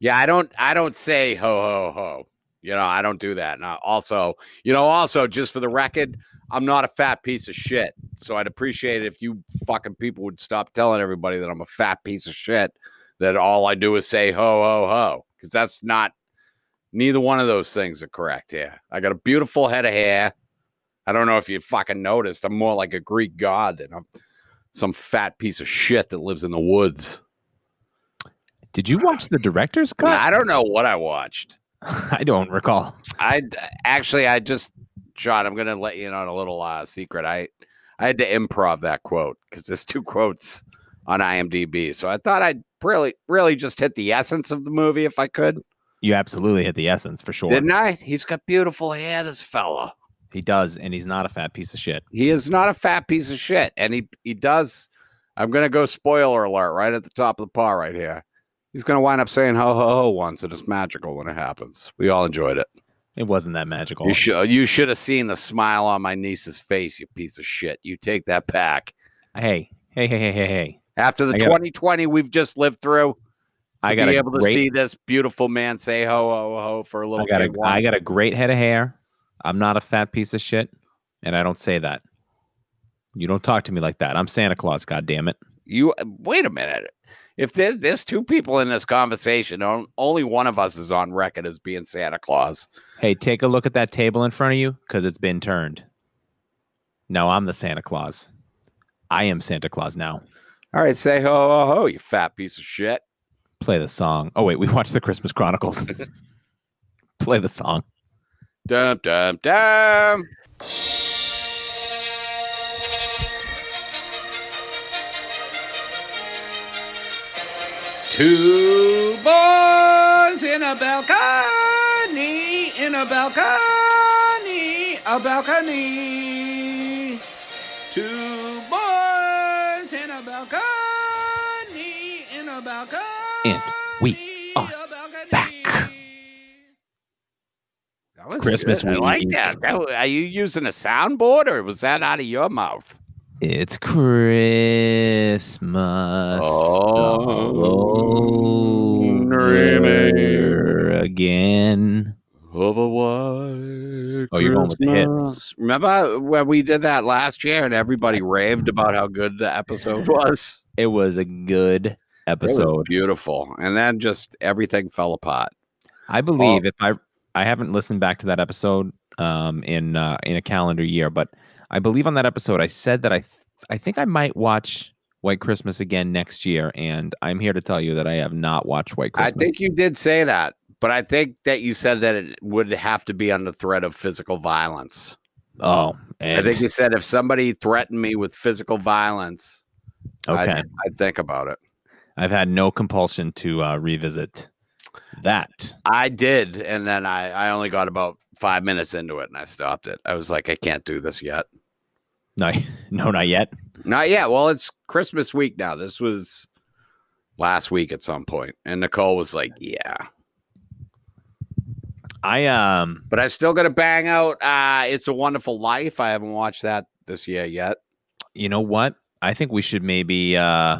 Yeah, I don't I don't say ho ho ho. You know, I don't do that. And I also, you know, also just for the record, I'm not a fat piece of shit. So I'd appreciate it if you fucking people would stop telling everybody that I'm a fat piece of shit that all I do is say ho ho ho because that's not neither one of those things are correct Yeah, I got a beautiful head of hair. I don't know if you fucking noticed. I'm more like a Greek god than I'm some fat piece of shit that lives in the woods. Did you watch the director's cut? I don't know what I watched. I don't recall. I actually, I just, John, I'm going to let you in on a little uh, secret. I, I had to improv that quote because there's two quotes on IMDb. So I thought I'd really, really just hit the essence of the movie if I could. You absolutely hit the essence for sure. Didn't I? He's got beautiful hair, this fella. He does, and he's not a fat piece of shit. He is not a fat piece of shit. And he, he does. I'm going to go spoiler alert right at the top of the paw right here. He's going to wind up saying ho ho ho once, and it's magical when it happens. We all enjoyed it. It wasn't that magical. You should you should have seen the smile on my niece's face, you piece of shit. You take that back. Hey, hey, hey, hey, hey, hey. After the I got- 2020 we've just lived through, I to got be a able to great, see this beautiful man say ho ho ho for a I little got a, kid I once. got a great head of hair. I'm not a fat piece of shit, and I don't say that. You don't talk to me like that. I'm Santa Claus. God damn it. you wait a minute. If there, there's two people in this conversation, on- only one of us is on record as being Santa Claus. Hey, take a look at that table in front of you because it's been turned. No, I'm the Santa Claus. I am Santa Claus now. All right, say ho ho ho, you fat piece of shit. Play the song. Oh, wait, we watched the Christmas Chronicles. Play the song. Dum dum dum. Two boys in a balcony, in a balcony, a balcony. Two boys in a balcony, in a balcony. And we are a balcony. back. That was Christmas Good. I like week. that. that. wa- Are you using a soundboard or was that out of your mouth? It's Christmas all Oh, over again. Of a white Oh, you're going with the hits. Christmas. Remember when we did that last year and everybody raved about how good the episode was? It was a good It was episode. beautiful. And then just everything fell apart. I believe if I I haven't listened back to that episode um in uh, in a calendar year, but I believe on that episode I said that I th- I think I might watch White Christmas again next year, and I'm here to tell you that I have not watched White Christmas. I think you did say that, but I think that you said that it would have to be under threat of physical violence. oh, I and, think you said if somebody threatened me with physical violence, okay. I'd, I'd think about it. I've had no compulsion to uh, revisit that. I did, and then I, I only got about five minutes into it and I stopped it. I was like, I can't do this yet. No, no, not yet. Not yet. Well, it's Christmas week now. This was last week at some point, and Nicole was like, "Yeah," I um, but I'm still gonna bang out. Uh, it's a Wonderful Life. I haven't watched that this year yet. you know what? I think we should maybe uh,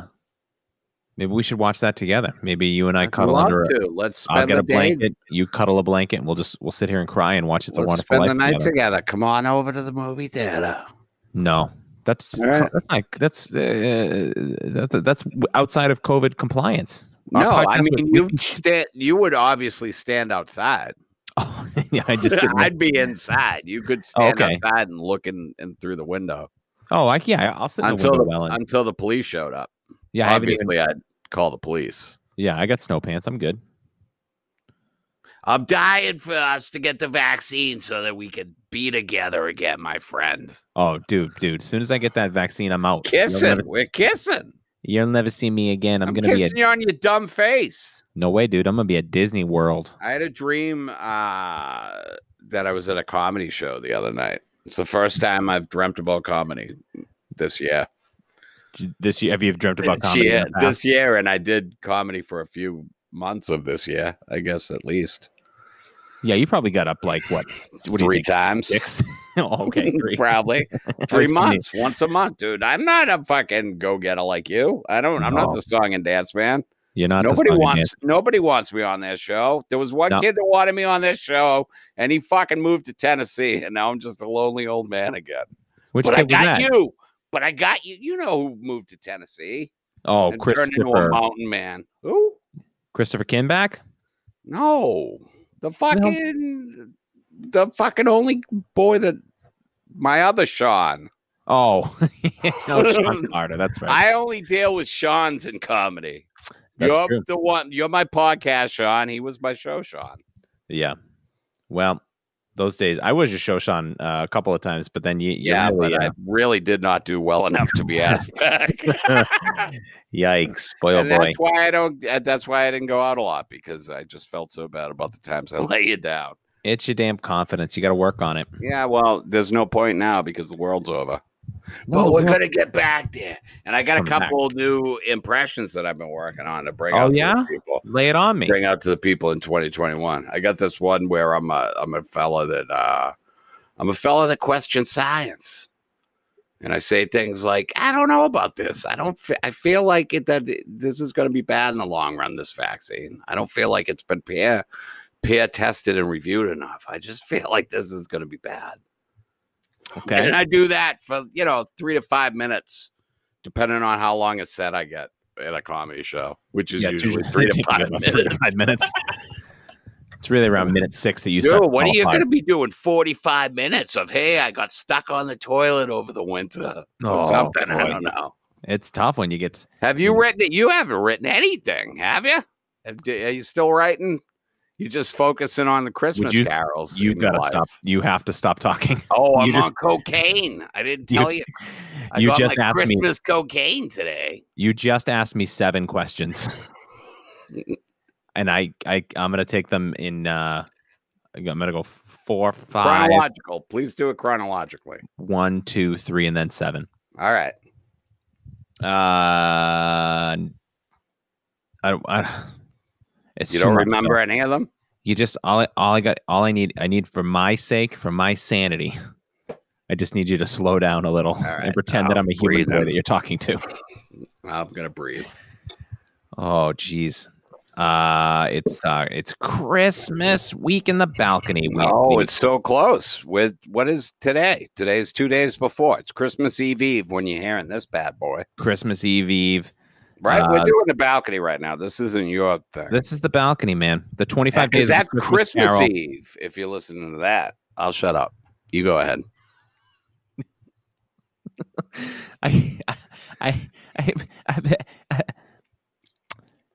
maybe we should watch that together. Maybe you and I I'd cuddle love under. A, to. Let's I'll spend get the a day. blanket. You cuddle a blanket. And we'll just we'll sit here and cry and watch. It's a Let's wonderful spend life. the night together. together. Come on over to the movie theater. No, that's All right. that's not that's uh, that, that's outside of COVID compliance. Our No, I podcast was- mean we- you stand, you would obviously stand outside. Oh, yeah, I just sit in the- I'd be inside. You could stand okay. outside and look in, in through the window oh, I, yeah, I'll sit in until the the, window well. And, until the police showed up. yeah, I haven't even obviously, I'd call the police. Yeah, I got snow pants. I'm good. I'm dying for us to get the vaccine so that we could be together again, my friend. Oh, dude, dude. As soon as I get that vaccine, I'm out. You'll Kissing, never, we're kissing. you'll never see me again. I'm, I'm, gonna be a kissing you on your dumb face. no way, dude. I'm gonna be at Disney World. I had a dream uh, that I was at a comedy show the other night. It's the first time I've dreamt about comedy this year. J- This year, have you dreamt about this comedy? in year, the past? this year, and I did comedy for a few months of this year, I guess at least yeah, you probably got up like what? What do you three think? times. Six. oh, okay, three. probably I was three kidding. months, once a month, dude. I'm not a fucking go getter like you. I don't. I'm not No. the song and dance man. You're not. the nobody song and wants dance- nobody wants me on their show. There was one No. kid that wanted me on this show, and he fucking moved to Tennessee, and now I'm just a lonely old man again. Which but kid I was got that? you. But I got you. You know who moved to Tennessee Oh, and turned into a Christopher mountain man? Who? Christopher Kinback. No, the fucking the fucking only boy that my other Sean. Oh, no, Sean Carter. That's right. I only deal with Sean's in comedy. That's you're true. the one. You're my podcast, Sean. He was my show, Sean. Yeah. Well, those days I was your show, Sean, uh, a couple of times, but then you, you Yeah, really, but I uh, really did not do well enough to be asked back. yikes, boy, oh and boy. that's why I don't. uh, That's why I didn't go out a lot because I just felt so bad about the times I let you down. It's your damn confidence. You got to work on it. Yeah, well, there's no point now because the world's over. No, But we're no. gonna get back there, and I got a Coming back. couple new impressions that I've been working on to bring Oh, out to yeah? the people. lay it on me. bring out to the people in 2021. I got this one where I'm a I'm a fella that uh I'm a fella that questions science. And I say things like, I don't know about this. I don't. Fe- I feel like it that this is going to be bad in the long run. This vaccine. I don't feel like it's been peer peer tested and reviewed enough. I just feel like this is going to be bad. Okay. And I do that for you know three to five minutes, depending on how long a set I get at a comedy show, which is Yeah, it's usually usually three to taking five about minutes. three to five minutes. it's really around minute six that you start. Dude, to what are you qualify. going to be doing 45 minutes of, hey, I got stuck on the toilet over the winter or Oh, something? I boy. don't know. It's tough when you get. Have you Mm. written it? You haven't written anything, have you? Have- d- Are you still writing? You're just focusing on the Christmas you- carols. You in your got to life. stop. You have to stop talking. Oh, I'm you just- on cocaine. I didn't You- tell you. I you got just my asked me. Christmas cocaine today. You just asked me seven questions, and I, I, I'm gonna take them in. uh I'm gonna go four, five, Chronological. Please do it chronologically. one, two, three, and then seven. All right. Uh, I don't. Uh, I, don't- it's You too don't much, though. remember any of them? You just all I all I got all I need I need for my sake for my sanity. I just need you to slow down a little right, and pretend that I'll I'm a human breathe boy in. that you're talking to. I'm going to breathe. Oh jeez. Uh it's uh it's Christmas week in the balcony. We, Oh, we- it's so close. With what is today? Today is two days before. It's Christmas Eve Eve when you're hearing this bad boy. Christmas Eve Eve. Right? Uh, We're doing the balcony right now. This isn't your thing. This is the balcony, man. The 25 is days that of the Christmas, Carol. Eve? If you're listening to that, I'll shut up. You go ahead. I, I, I, I, I-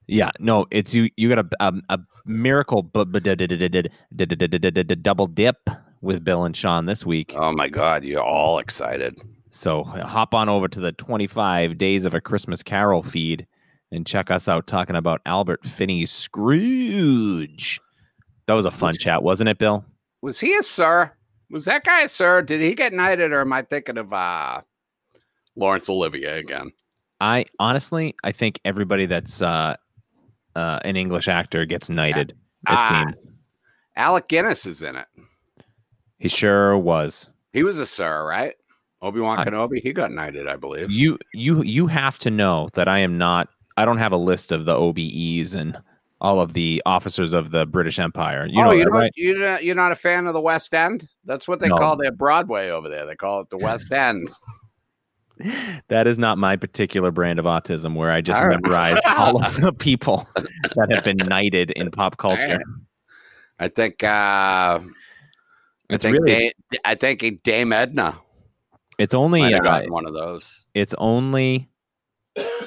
yeah, no, it's you. You got a um, a miracle bu- bu- da- da- da- da- da- da- da- da- da- da- da- da- double dip with Bill and Sean this week. Oh my God, you're all excited. So uh, hop on over to the 25 Days of a Christmas Carol feed and check us out talking about Albert Finney Scrooge. That was a fun chat, wasn't it, Bill? Was he a sir? Was that guy a sir? Did he get knighted, or am I thinking of uh, Lawrence Olivier again? I honestly, I think everybody that's uh, uh, an English actor gets knighted. it Ah. seems. Alec Guinness is in it. He sure was. He was a sir, right? Obi Wan I- Kenobi. He got knighted, I believe. You you you have to know that I am not I don't have a list of the OBEs and all of the officers of the British Empire. You oh, know, you that, don't, right? you don't, you're not a fan of the West End? That's what they No. call their Broadway over there. They call it the West End. That is not my particular brand of autism where I just All right. memorize all of the people that have been knighted in pop culture. right. I think. Uh, I It's think. really Da- I think Dame Edna it's only might have uh, gotten one of those. it's only uh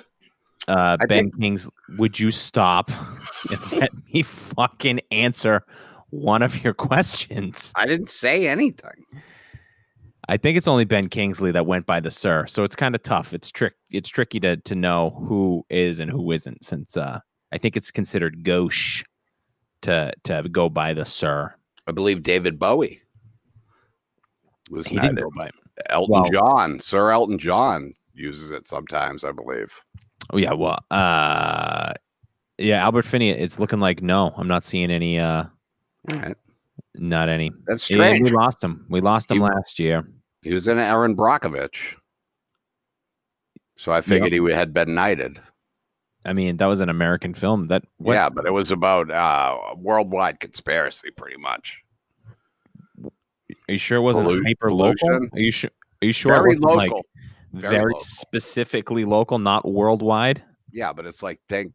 I Ben King's would you stop and let me fucking answer one of your questions? I didn't say anything. I think it's only Ben Kingsley that went by the sir, so it's kind of tough. It's trick. It's tricky to to know who is and who isn't, since uh, I think it's considered gauche to to go by the sir. I believe David Bowie was He didn't knighted. go by. Elton well- John, Sir Elton John, uses it sometimes. I believe. Oh yeah, well, uh, yeah, Albert Finney. It's looking like no, I'm not seeing any. Uh, All right. not any. That's Yeah, we strange. lost him. We lost him He- last year. He was in Aaron Brockovich, so I figured he had been knighted. I mean, that was an American film. That what, Yeah, but it was about uh, a worldwide conspiracy, pretty much. Are you sure it wasn't Pollu- hyper local? pollution? Are you sure? Are you sure? it Very wasn't, local. like, Very very, local. specifically local, not worldwide. yeah, but it's like think,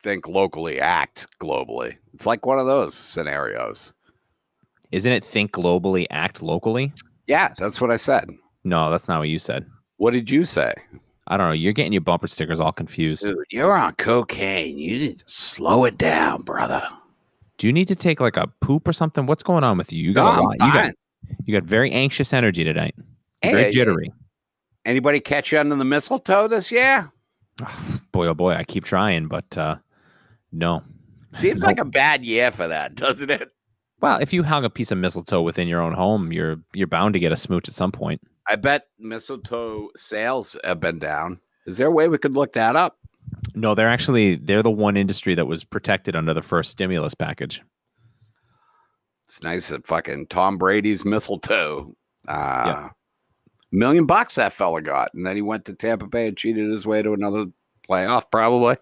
think locally, act globally. It's like one of those scenarios. Isn't it think globally, act locally? Yeah, that's what I said. No, that's not what you said. What did you say? I don't know. You're getting your bumper stickers all confused. Dude, you're on cocaine. You need to slow it down, brother. Do you need to take like a poop or something? What's going on with you? You No, got a I'm lot. You got, fine. you got very anxious energy tonight. Very Hey, jittery. Anybody catch you under the mistletoe this year? Ugh, boy, oh boy, I keep trying, but uh, no. Seems Nope. like a bad year for that, doesn't it? Well, if you hung a piece of mistletoe within your own home, you're you're bound to get a smooch at some point. I bet mistletoe sales have been down. Is there a way we could look that up? No, they're actually they're the one industry that was protected under the first stimulus package. It's nice that fucking Tom Brady's mistletoe. Uh, Million bucks that fella got. And then he went to Tampa Bay and cheated his way to another playoff, probably.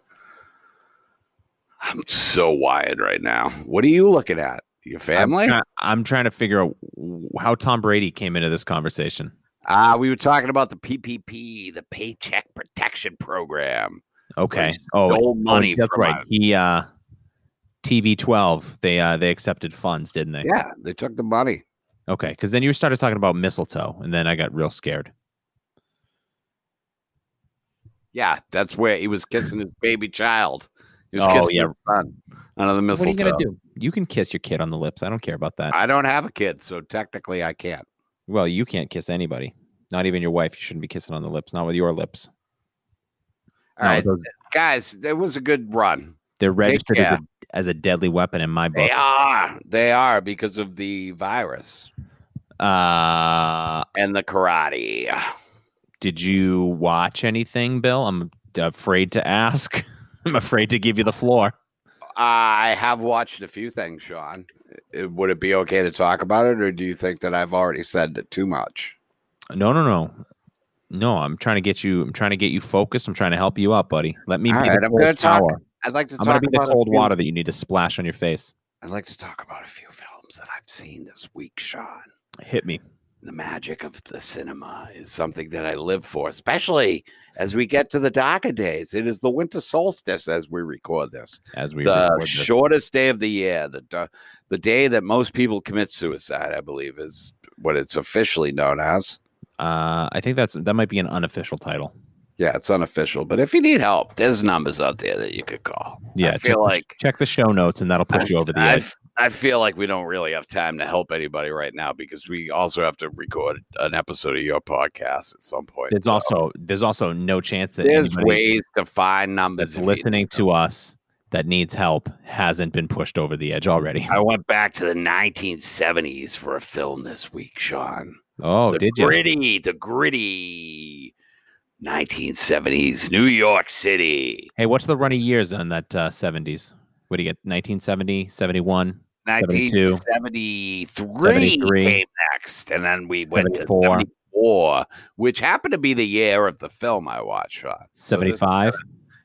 I'm so wired right now. What are you looking at? Your family? I'm, try- I'm trying to figure out w- how Tom Brady came into this conversation. Uh, we were talking about the PPP, the Paycheck Protection Program. Okay. he Oh, Stole oh, money. that's from right. us. He uh, TB12. They uh, they accepted funds, didn't they? Yeah, they took the money. Okay, because then you started talking about mistletoe, and then I got real scared. Yeah, that's where he was kissing his baby child. He was Oh, kissing yeah. his son under the mistletoe. do? You can kiss your kid on the lips. I don't care about that. I don't have a kid, so technically I can't. well, you can't kiss anybody, not even your wife. You shouldn't be kissing on the lips, not with your lips. All right, those- guys, it was a good run. they're registered as care. a, as a deadly weapon in my book. They are. They are because of the virus Uh, and the karate. did you watch anything, Bill? I'm afraid to ask. I'm afraid to give you the floor. I have watched a few things, Sean. It- would it be okay to talk about it, or do you think that I've already said it too much? No, no, no, no. I'm trying to get you. I'm trying to get you focused. I'm trying to help you up, buddy. Let me. All be the right, I'm cold gonna talk- shower. I'd like to I'm talk gonna be the about a cold few- water that you need to splash on your face. I'd like to talk about a few films that I've seen this week, Sean. Hit me. The magic of the cinema is something that I live for, especially as we get to the darker days. It is the winter solstice as we record this. as we the record this. shortest day of the year, the da- the day that most people commit suicide, I believe, is what it's officially known as. Uh, I think that's that might be an unofficial title. Yeah, it's unofficial. But if you need help, there's numbers out there that you could call. Yeah, I feel check, like check the show notes and that'll push you over the I, edge. I feel like we don't really have time to help anybody right now because we also have to record an episode of your podcast at some point. There's So also there's also no chance that there's anybody ways to find numbers. that's if you listening need them. to us that needs help hasn't been pushed over the edge already. I went back to the 1970s for a film this week, Sean. Oh, the did you? gritty, the gritty 1970s New York City. Hey, what's the run of years on that uh, 70s? What do you get? 1970, 71, 72. 1973 73. came next, and then we went to 74. 74, which happened to be the year of the film I watched. Sean. So this- 75,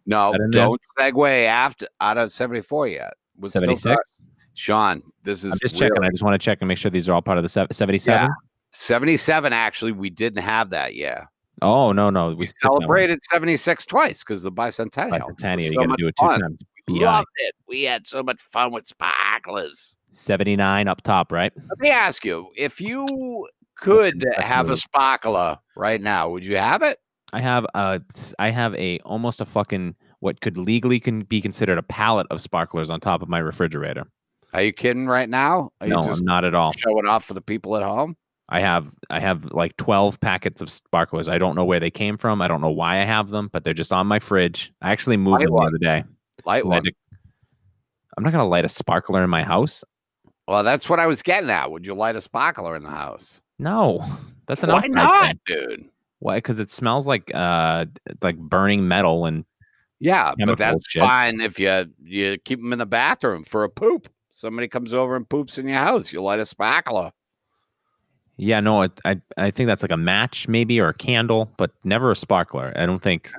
no, That in there? don't segue after out of 74 yet. Was still 76. dark. Sean, this is I'm just real. checking. I just want to check and make sure these are all part of the sev- 77. 77. Actually, we didn't have that year. Oh, no, no. We, We skipped that one. celebrated 76 twice because the bicentennial. It was Bicentennial. so you got to much do it two fun. times. We BI. Loved it. We had so much fun with sparklers. 79 up top, right? Let me ask you: If you could Second have a move. sparkler right now, would you have it? I have a s- I have a almost a fucking what could legally can be considered a pallet of sparklers on top of my refrigerator. Are you kidding right now? Are No, you just I'm not at all. showing off for the people at home? I have I have like 12 packets of sparklers. I don't know where they came from. I don't know why I have them, but they're just on my fridge. I actually moved Light them the one. other day. Light and I one. had to- I'm not gonna light a sparkler in my house. Well, that's what I was getting at. Would you light a sparkler in the house? No, that's an Why outside not, thing. dude? Why? Because it smells like uh it's like burning metal and Yeah, Chemical but that's shit. fine if you you keep them in the bathroom for a poop. Somebody comes over and poops in your house. You light a sparkler. Yeah, no, I, I I think that's like a match maybe or a candle, but never a sparkler. I don't think.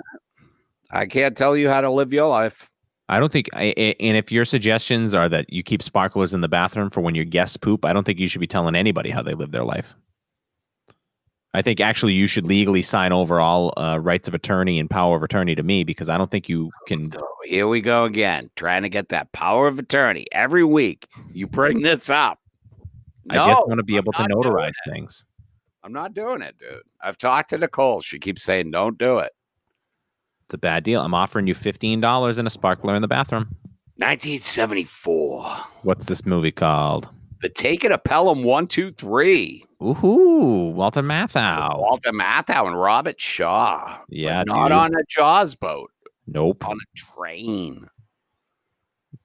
I can't tell you how to live your life. I don't think, I, I- and if your suggestions are that you keep sparklers in the bathroom for when your guests poop, I don't think you should be telling anybody how they live their life. I think actually you should legally sign over all uh, rights of attorney and power of attorney to me because I don't think you Oh, can. So here we go again, trying to get that power of attorney every week. You bring this up. No, I just want to be able to not doing notarize things. I'm not doing it, dude. I've talked to Nicole. She keeps saying, "Don't do it." It's a bad deal. I'm offering you fifteen dollars and a sparkler in the bathroom. 1974. What's this movie called? The Taking of Pelham One Two Three. Oohoo, Walter Matthau. Walter Matthau and Robert Shaw. but Yeah, not dude. on a Jaws boat, Nope. on a train.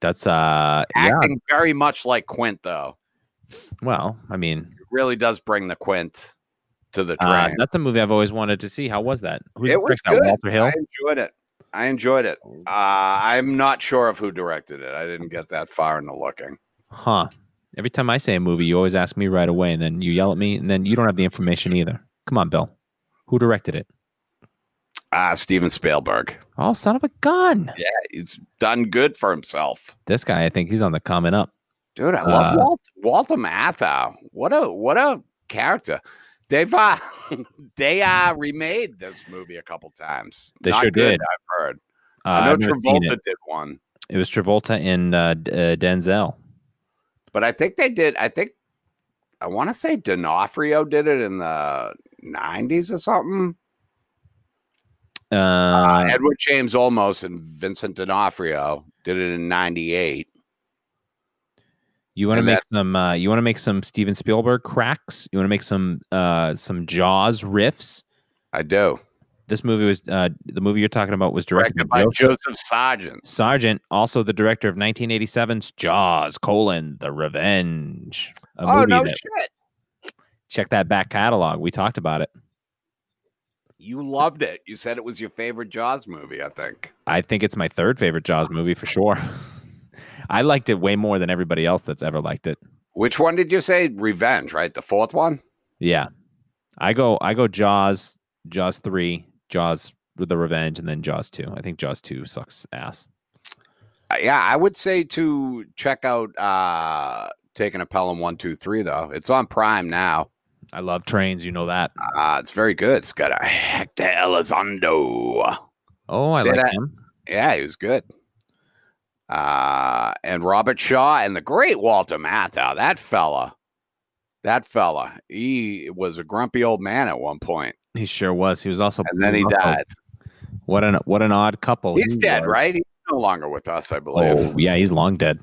That's uh. Yeah. Acting very much like Quint, though. Well, I mean, It really does bring the Quint to the uh, train. that's a movie I've always wanted to see. How was that? Who's It the was director? good. Walter Hill. I enjoyed it. I enjoyed it. Uh, I'm not sure of who directed it. I didn't get that far into looking. Huh. Every time I say a movie, you always ask me right away, and then you yell at me, and then you don't have the information either. Come on, Bill. Who directed it? Ah, Steven Spielberg. Oh, son of a gun! He's done good for himself. This guy, I think he's on the coming up. Dude, I love Uh, Walt, Walter Matthau. What a what a character. They've uh, they uh, remade this movie a couple times. They Not sure good, did. I've heard. Uh, I know I've never seen Travolta it. did one, It was Travolta and uh, D- uh, Denzel. but I think they did. I think I want to say D'Onofrio did it in the '90s or something. Uh, Uh, Edward James Olmos and Vincent D'Onofrio did it in '98. you want to and make some? Uh, you want to make some Steven Spielberg cracks? You want to make some uh, some Jaws riffs? I do. This movie was uh, the movie you're talking about was Directed directed, by Joseph Joseph Sargent. Sargent, also the director of 1987's Jaws: colon, The Revenge. A Oh movie no that, shit! check that back catalog. We talked about it. You loved it. You said it was your favorite Jaws movie. I think. I think it's my third favorite Jaws movie for sure. I liked it way more than everybody else that's ever liked it. Which one did you say? Revenge, right? The fourth one. Yeah, I go I go Jaws, Jaws three, Jaws with the Revenge, and then Jaws two. I think Jaws two sucks ass. Uh, yeah, I would say to check out uh taking a Pelham one two three though. It's on Prime now. I love trains, you know that. Uh, it's very good. It's got a Hector Elizondo. Oh, I Say like that. him. Yeah, he was good. Uh, and Robert Shaw and the great Walter Matthau. That fella, that fella, he was a grumpy old man at one point, He sure was. He was also and then he also- died. What an what an odd couple. He's Oh, he dead, was. right? He's no longer with us, I believe. Oh yeah, he's long dead.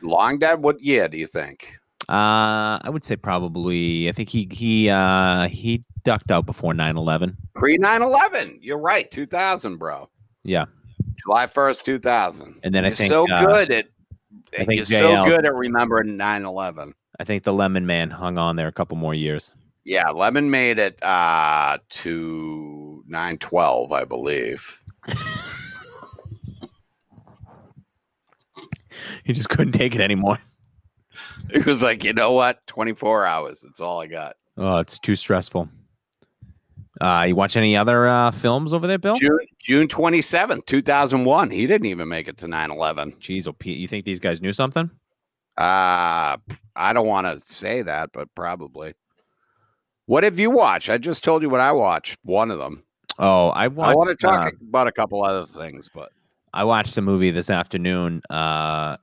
Long dead. What year do you think? Uh, I would say probably. I think he he uh he ducked out before 9-11. Pre 9 11. You're right. 2000, bro. Yeah. July 1st, 2000. And then I you're think so uh, good at. I think You're so JL good at remembering 9 11. I think the Lemon Man hung on there a couple more years. Yeah, Lemon made it uh, to 912, I believe. He just couldn't take it anymore. It was like, you know what? 24 hours. That's all I got. Oh, it's too stressful. Uh, you watch any other uh films over there, Bill? June June 27th, 2001. He didn't even make it to 9 11. Jeez, oh Pete, you think these guys knew something? Uh, I don't want to say that, but probably. What have you watched? I just told you what I watched. One of them. Oh, I watched. I want to talk uh, about a couple other things, but I watched a movie this afternoon uh,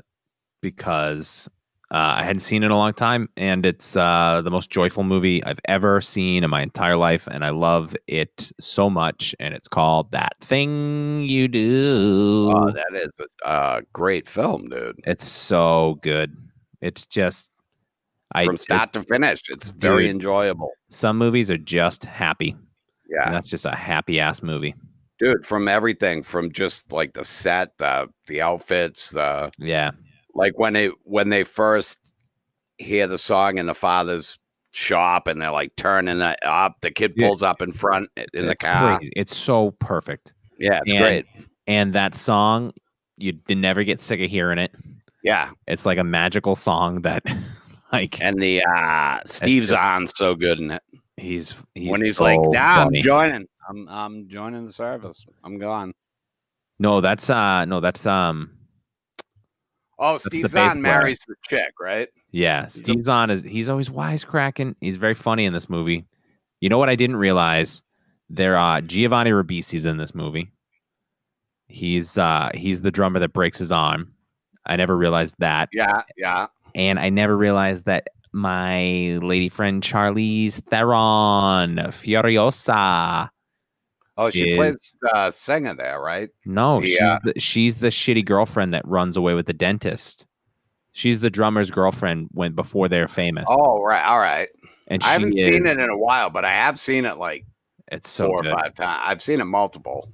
because uh, I hadn't seen it in a long time, and it's uh, the most joyful movie I've ever seen in my entire life, and I love it so much. And it's called That Thing You Do. uh, that is a uh, great film, dude. it's so good. It's just, I From start to finish, it's very enjoyable. some movies are just happy. Yeah, And that's just a happy ass movie. dude. From everything, from just like the set, the the outfits, the Yeah, like when they when they first hear the song in the father's shop and they're like turning it up. The kid Yeah. pulls up in front in the It's car. crazy. It's so perfect. Yeah, it's And- great. And that song, you d- never get sick of hearing it. Yeah, it's like a magical song that like and the uh, Steve's just- on so good in it. he's, he's when he's like, so "Nah, I'm funny." joining. I'm I'm joining the service. I'm gone." No, that's uh no, that's um Oh, the Steve bass Zahn player. marries the chick, right? yeah, a- Steve Zahn is he's always wisecracking. He's very funny in this movie. You know what I didn't realize? There uh Giovanni Ribisi's in this movie. He's uh he's the drummer that breaks his arm. I never realized that. Yeah, yeah. and I never realized that my lady friend Charlize Theron Furiosa. Oh, she Is- plays uh, singer there, right? No, Yeah. she's, the, she's the shitty girlfriend that runs away with the dentist. She's the drummer's girlfriend when before they're famous. Oh, right. All right. and she I haven't is, seen it in a while, but I have seen it like It's so four good. or five times. I've seen it multiple.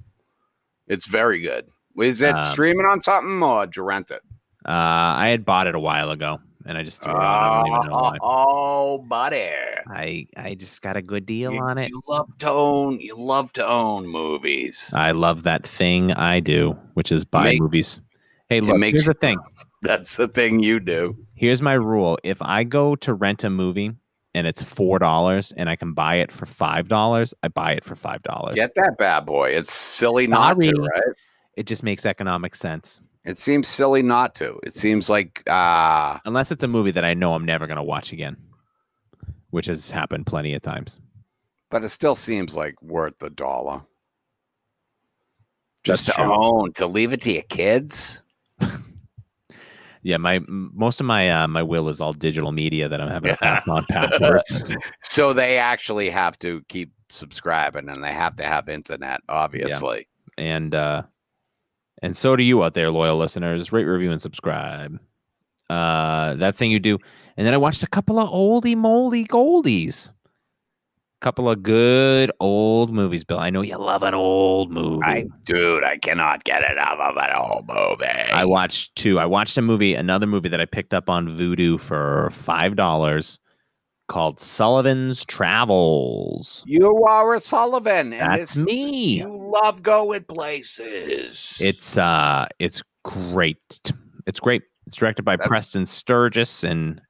It's very good. Is it Um, streaming on something or did you rent it? Uh, I had bought it a while ago, and I just threw it on. Oh, I don't even know why. oh, buddy. I I just got a good deal You, on it. you love to own. You love to own movies. I love that thing I do, which is buy Make- movies. Hey, look, makes here's you- the thing. That's the thing you do. Here's my rule. If I go to rent a movie and it's four dollars and I can buy it for five dollars, I buy it for five dollars. Get that bad boy. It's silly not to, Sorry. right? It just makes economic sense. It seems silly not to. It seems like uh Unless it's a movie that I know I'm never gonna watch again. Which has happened plenty of times. but it still seems like worth the dollar. Just That's to true. own, to leave it to your kids. Yeah, my m- most of my uh, my will is all digital media that I'm having to pass on passwords. So they actually have to keep subscribing and they have to have internet, obviously. and uh and so do you out there loyal listeners rate review and subscribe uh that thing you do and then i watched a couple of oldie moldy goldies couple of good old movies bill i know you love an old movie I dude, I cannot get enough of an old movie. I watched two i watched a movie another movie that i picked up on voodoo for five dollars called sullivan's travels you are a Sullivan, and that's it's me You love going places. It's uh it's great. It's great. It's directed by That's- Preston Sturgis and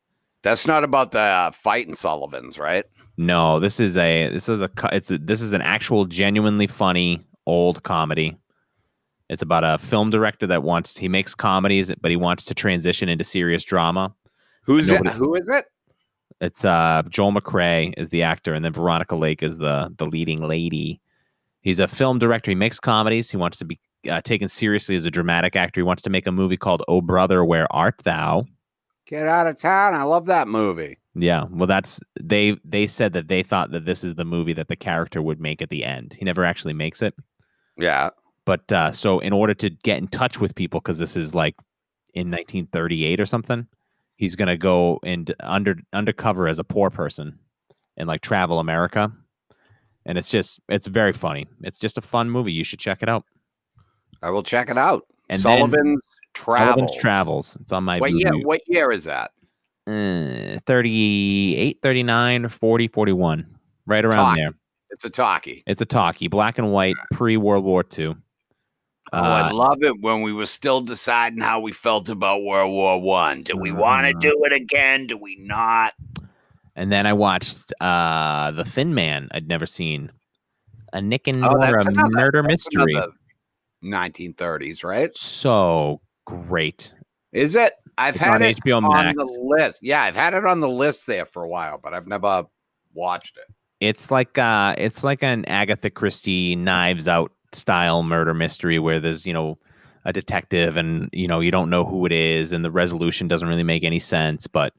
that's not about the uh, fighting Sullivans, right? no, this is a this is a co- it's a, this is an actual genuinely funny old comedy. It's about a film director that wants he makes comedies but he wants to transition into serious drama. Who's it? Nobody- Who is it? It's uh Joel McRae is the actor and then Veronica Lake is the the leading lady. He's a film director. He makes comedies. He wants to be uh, taken seriously as a dramatic actor. He wants to make a movie called Oh Brother Where Art Thou? Get out of town. I love that movie. Yeah, well, that's they. They said that they thought that this is the movie that the character would make at the end. He never actually makes it, Yeah. but uh, so in order to get in touch with people, because this is like in 1938 or something, he's gonna go and under undercover as a poor person and like travel America, and it's just it's very funny. It's just a fun movie. You should check it out. I will check it out. And then Sullivan's Travel. Sullivan's Travels. It's on my What year, Vudu. what year is that? Uh, 38, 39, 40, 41, right around Talk. there. It's a talkie. It's a talkie, black and white, pre World War II. oh, I Uh, love it when we were still deciding how we felt about World War One. Do we want to Uh. do it again? Do we not? and then I watched uh, The Thin Man. I'd never seen a Nick and Oh, Nora that's another- murder That's mystery. another 1930s, right? So great. Is it? I've It's had on it HBO on Max. the list. Yeah, I've had it on the list there for a while, but I've never watched it. It's like uh, it's like an Agatha Christie Knives Out style murder mystery where there's you know a detective and you know you don't know who it is and the resolution doesn't really make any sense. But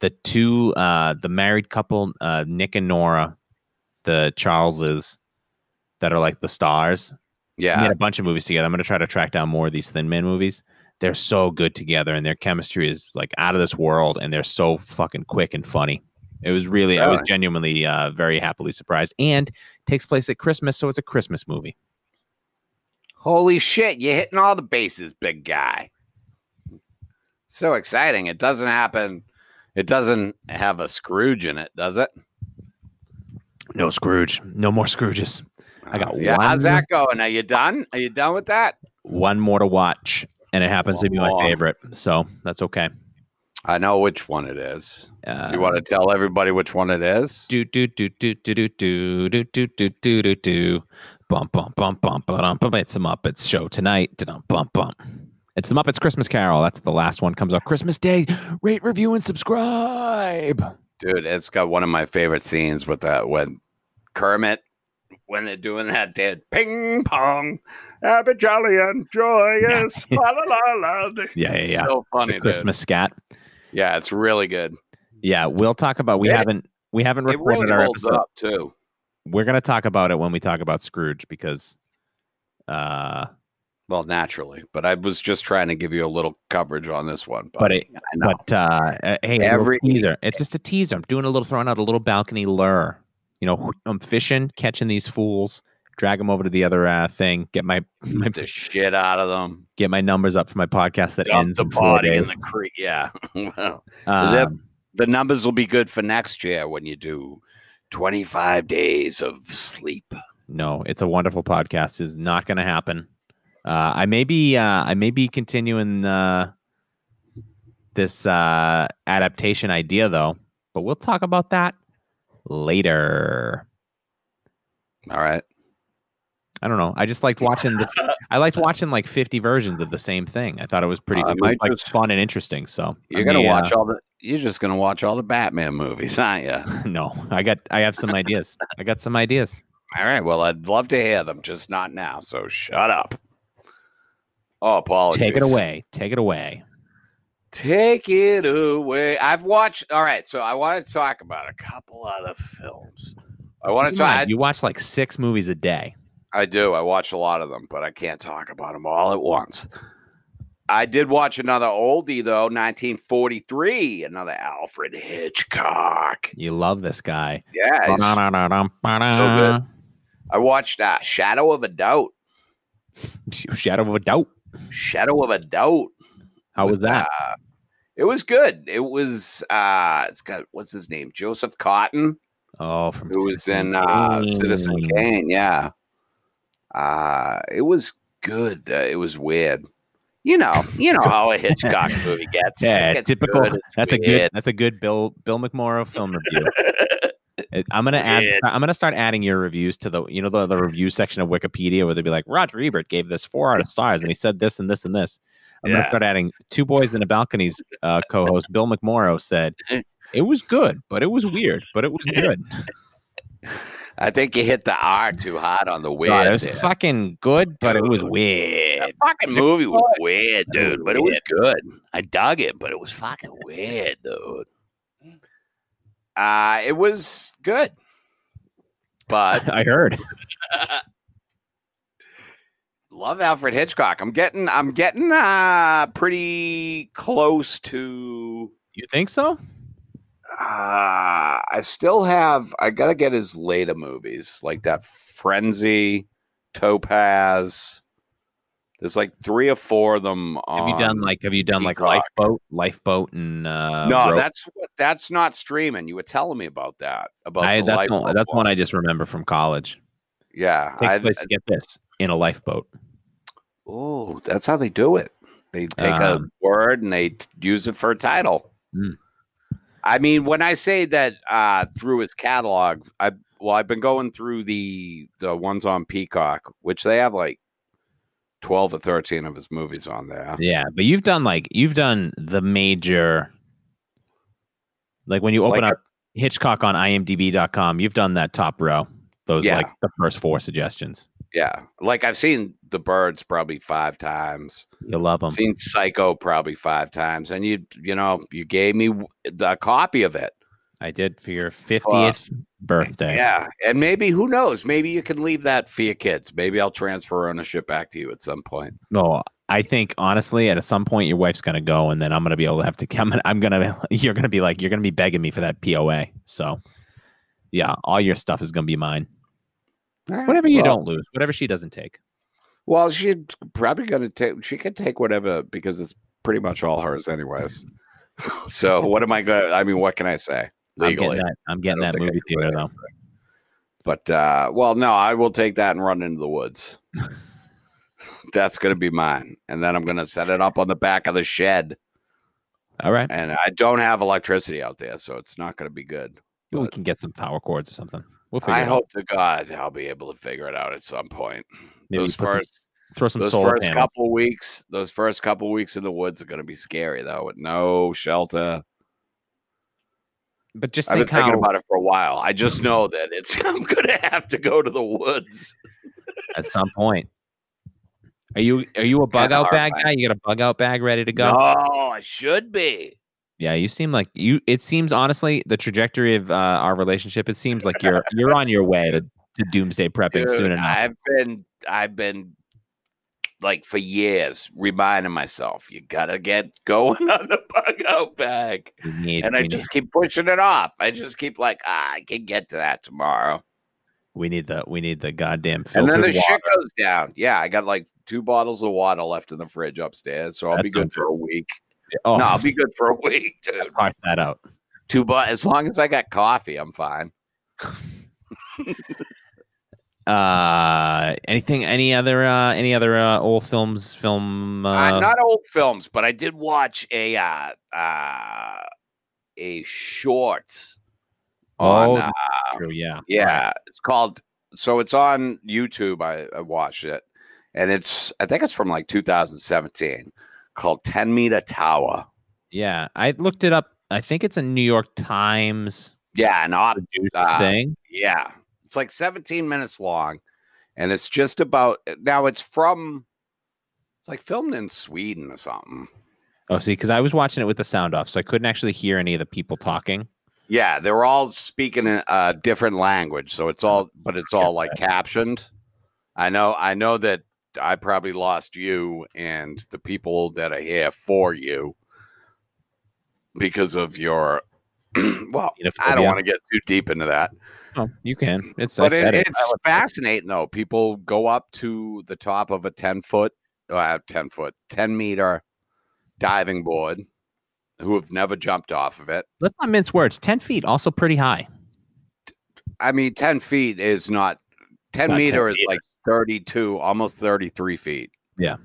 the two uh, the married couple uh, Nick and Nora, the Charleses, that are like the stars. They Yeah. made a bunch of movies together. I'm gonna try to track down more of these Thin Man movies. They're so good together, and their chemistry is like out of this world, and they're so fucking quick and funny. It was really, I was Really? genuinely uh, very happily surprised. And takes place at Christmas, so it's a Christmas movie. Holy shit, you're hitting all the bases, big guy. So exciting. It doesn't happen. It doesn't have a Scrooge in it, does it? No Scrooge, no more Scrooges. I got yeah, How's one- that going? Are you done? Are you done with that? One more to watch, and it happens to be my Oh. favorite, so that's okay. I know which one it is. Uh, you want to tell everybody which one it is? do do do do do do do do do do do do do bump bump bump bump bump bump. It's a Muppets show tonight. Da-dum, Bump bump. It's the Muppets Christmas Carol. That's the last one comes out Christmas Day. Rate, review, and subscribe. Dude, it's got one of my favorite scenes with that when Kermit, when they're doing that, did ping pong, happy, jolly, and joyous. la, la, la, la. Yeah, yeah, It's yeah. So funny, dude. Christmas scat. Yeah, it's really good. Yeah, we'll talk about. We It- haven't we haven't It recorded really our holds episode. up too. We're gonna talk about it when we talk about Scrooge because, uh, Well, naturally, but I was just trying to give you a little coverage on this one. but it, I know. but uh, uh, hey, every Every- teaser. It's just a teaser. I'm doing a little throwing out a little balcony lure. You know, I'm fishing, catching these fools, drag them over to the other uh, thing, get my, my Beat the shit out of them. get my numbers up for my podcast that Dump ends the in four body in days. the creek. Yeah. well, Um, the numbers will be good for next year when you do 25 days of sleep. no, it's a wonderful podcast. Is not going to happen. Uh, I may be uh, I may be continuing uh, this uh, adaptation idea though, but we'll talk about that later. All right. I don't know. I just liked watching this. I liked watching like fifty versions of the same thing. I thought it was pretty I it was, might like, just- fun and interesting. So You're I going may, to uh, watch all the, you're just going to watch all the Batman movies, aren't you? no, I got I have some ideas. I got some ideas. All right. Well, I'd love to hear them, just not now. So shut up. Oh, apologies. Take it away. Take it away. Take it away. I've watched. All right, so I want to talk about a couple other films. I want to Come on, talk. you watch like six movies a day. I, I do. I watch a lot of them, but I can't talk about them all at once. I did watch another oldie though, 1943. Another Alfred Hitchcock. You love this guy. Yeah, it's- Ba-da-da-dum-ba-da. I watched uh, Shadow of a Doubt. Shadow of a doubt. Shadow of a Doubt. How was that? Uh, it was good. It was. uh It's got what's his name? Joseph Cotton. Oh, from who was Citizen in uh, Kane. Citizen Kane. Yeah, uh, it was good. Uh, it was weird. You know, you know how a Hitchcock movie gets. It Yeah, gets typical. good, it's that's a good. weird. That's a good Bill Bill McMorrow film review. It- I'm gonna add. Weird. I'm gonna start adding your reviews to the you know the, the review section of Wikipedia where they'd be like Roger Ebert gave this four out of stars and he said this and this and this. I'm gonna Yeah. start adding two boys in a balcony's uh, co-host Bill McMorrow said it was good, but it was weird, but it was good. I think you hit the R too hard on the weird. God, it was there. fucking good, but it was weird. That fucking movie was weird, It was dude, but it was good. I dug it, but it was fucking weird, dude. Uh, it was good, but I heard. Love Alfred Hitchcock. I'm getting I'm getting uh pretty close to You think so? uh I still have I gotta get his later movies, like that Frenzy, Topaz. There's like three or four of them on Have you done like have you done like Peacock. lifeboat, lifeboat, and uh, No, Rope? that's what that's not streaming. You were telling me about that. About I, the that's Lifeboat one, that's one one. I just remember from college. Yeah. Takes I, place to get this in a lifeboat. Uh-huh. oh, that's how they do it. They take Um, a word and they t- use it for a title. Mm. I mean, when I say that uh, through his catalog, I well, I've been going through the the ones on Peacock, which they have like twelve or thirteen of his movies on there. Yeah, but you've done like you've done the major, like when you open Like- up Hitchcock on IMDb.com, you've done that top row. Those Yeah. like the first four suggestions. Yeah, like I've seen The Birds probably five times. You love them. seen Psycho probably five times, and you you know you gave me w- the copy of it. I did for your fiftieth birthday. Yeah, and maybe who knows? Maybe you can leave that for your kids. Maybe I'll transfer ownership back to you at some point. No, I think honestly, at some point, your wife's gonna go, and then I'm gonna be able to have to come. and I'm gonna, you're gonna be like, you're gonna be begging me for that POA. So, yeah, all your stuff is gonna be mine. Whatever you Well- don't lose, whatever she doesn't take. Well, she's probably gonna take. She can take whatever because it's pretty much all hers, anyways. so what am I gonna? I mean, what can I say I'm legally? getting that, I'm getting I don't think that I movie can theater win though. But uh, well, no, I will take that and run into the woods. That's gonna be mine, and then I'm gonna set it up on the back of the shed. All right, and I don't have electricity out there, so it's not going to be good. Maybe we can get some power cords or something. We'll figure I it out. hope to God I'll be able to figure it out at some point. Maybe those put some- first Throw some those solar first panels. couple weeks, those first couple weeks in the woods are going to be scary though, with no shelter. But just I've been think how thinking about it for a while. I just know that it's I'm going to have to go to the woods. at some point. Are you are you a bug kinda out bag horrifying. guy? You got a bug out bag ready to go? No, I should be. Yeah, you seem like you. It seems honestly the trajectory of uh, our relationship. It seems like you're you're on your way to, to doomsday prepping Dude, soon enough. I've been I've been like for years reminding myself you gotta get going on the bug out bag. We need, And I we, need, just keep pushing it off. I just keep like, ah, I can get to that tomorrow. we need the we need the goddamn And filtered then the water. shit goes down. Yeah, I got like two bottles of water left in the fridge upstairs, so I'll That be good sounds for a week. oh, No, I'll be good for a week, dude. part that out. Two but as long as I got coffee, I'm fine. Uh, anything? Any other? Uh, any other uh, old films? Film? Uh, uh, not old films, but I did watch a uh, uh, a short. oh, on, uh, that's true. Yeah. yeah, it's called. So it's on YouTube. I, I watched it, and it's I think it's from like 2017, called Ten Meter Tower. Yeah. I looked it up. I think it's a New York Times Yeah, an op. produced uh, thing. Yeah, it's like 17 minutes long, and it's just about eh, now. It's from. It's like filmed in Sweden or something. Oh, see, because I was watching it with the sound off, so I couldn't actually hear any of the people talking. Yeah, they're all speaking in a different language, so it's all, but it's all like captioned. I know, I know that I probably lost you and the people that are here for you because of your. well, I don't Xenophobia. want to get too deep into that, Oh, you can. It's but I it, said it. it's fascinating though. People go up to the top of a ten foot, uh, ten foot, ten meter diving board, who have never jumped off of it. Let's not mince words. Ten feet, also pretty high. I mean, 10 feet is not 10 Not 10 meter is like meters. 32, almost 33 feet. Yeah.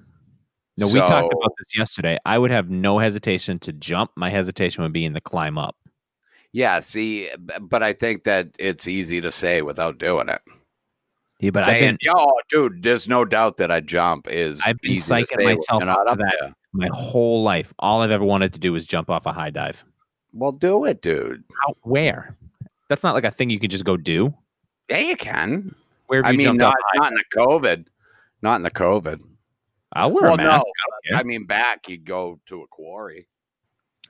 No, we talked So, about this yesterday. I would have no hesitation to jump. My hesitation would be in the climb up. Yeah. See, b- but I think that it's easy to say without doing it. Yeah, but I've Saying, been yo, dude, there's no doubt that I jump is I've been easy to psyching say when myself you're not up to up that. there. my whole life. All I've ever wanted to do is jump off a high dive. Well, do it, dude. How? Where? That's not like a thing you can just go do. Yeah, you can. Where have I you mean, jumped not, off? High? not in the COVID. Not in the COVID. I'll wear well, a mask. Yeah. I mean, back, you'd go to a quarry.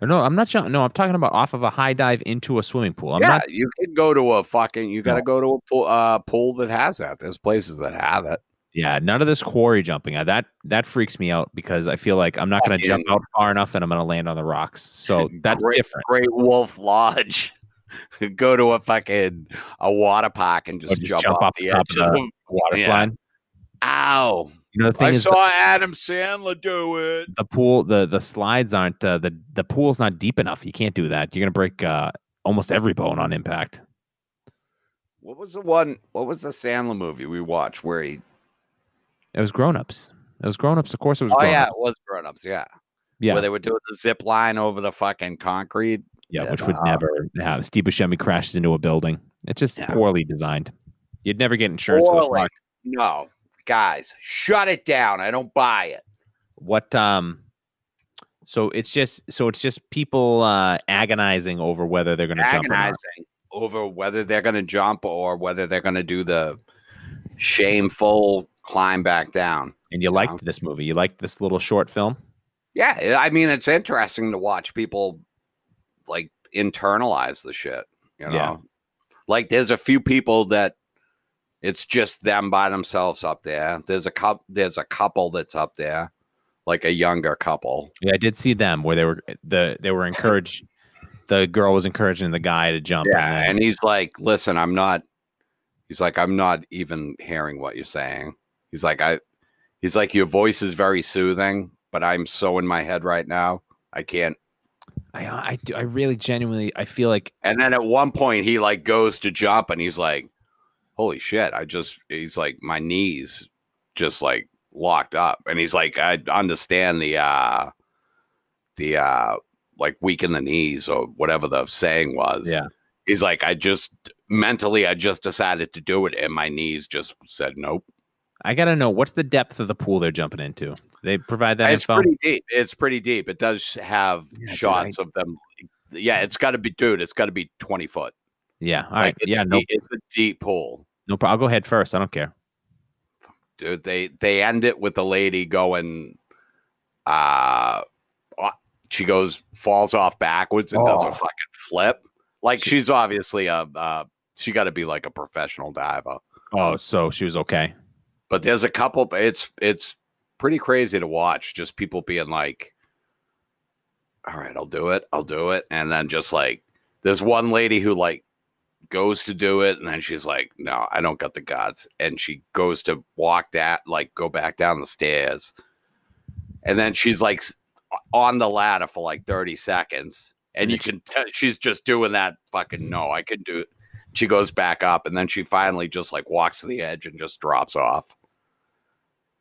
Or no, I'm not jumping. No, I'm talking about off of a high dive into a swimming pool. I'm yeah, not you could go to a fucking, you got to No. go to a pool, uh, pool that has that. There's places that have it. Yeah, none of this quarry jumping. Uh, That that freaks me out because I feel like I'm not going to jump out far enough and I'm going to land on the rocks. So that's Great- different. Great Wolf Lodge. Go to a fucking a water park and just, Oh, just jump, jump off, off the the top edge of of the the Water yeah. slide. Ow! You know the thing I is saw the, Adam Sandler do it. the pool the the slides aren't uh, the the pool's not deep enough. You can't do that. You're going to break uh, almost every bone on impact. What was the one? What was the Sandler movie we watched where he? It was grown-ups. It was grown-ups. Of course it was Oh yeah, grown-ups. it was Grown Ups. Yeah. Yeah. where they were doing the zip line over the fucking concrete. Yeah, Yeah, which would nah. never have Steve Buscemi crashes into a building. It's just Uh-huh. Yeah. poorly designed. You'd never get insurance for Poorly. the No, guys, shut it down. I don't buy it. what um so it's just so it's just people uh agonizing over whether they're going to jump or not. Agonizing over whether they're going to jump or whether they're going to do the shameful climb back down. and you know? liked this movie you liked this little short film Yeah, it- I mean it's interesting to watch people like internalize the shit, you Yeah. know. Like there's a few people that it's just them by themselves up there. There's a couple there's a couple that's up there, like a younger couple. yeah i did see them where they were the they were encouraged the girl was encouraging the guy to jump and then- And he's like, "Listen, I'm not He's like, "I'm not even hearing what you're saying." He's like, "I He's like, "Your voice is very soothing, but I'm so in my head right now. I can't I, I do i really genuinely i feel like And then at one point, he like goes to jump and he's like, holy shit. I just, he's like, my knees just like locked up. And he's like, I understand the, uh, the, uh, like weak in the knees or whatever the saying was. Yeah. He's like, I just mentally, I just decided to do it, and my knees just said nope. I gotta know what's the depth of the pool they're jumping into. They provide that it's info. pretty deep. It's pretty deep. It does have Yeah, dude, shots of them. Yeah, it's got to be, dude. It's got to be twenty foot. yeah, all right. Like, it's yeah, no, deep- it's a deep pool, no. pro- I'll go head first. I don't care. dude. uh, They they end it with a lady going. Uh, uh, she goes falls off backwards and does Oh. a fucking flip. Like She- she's obviously a. Uh, she got to be like a professional diver. Oh, so she was okay. but there's a couple it's it's pretty crazy to watch just people being like all right i'll do it i'll do it and then just like there's one lady who like goes to do it and then she's like no i don't got the guts and she goes to walk that like go back down the stairs and then she's like s- on the ladder for like 30 seconds and you can tell she's just doing that fucking no i can do it she goes back up and then she finally just like walks to the edge and just drops off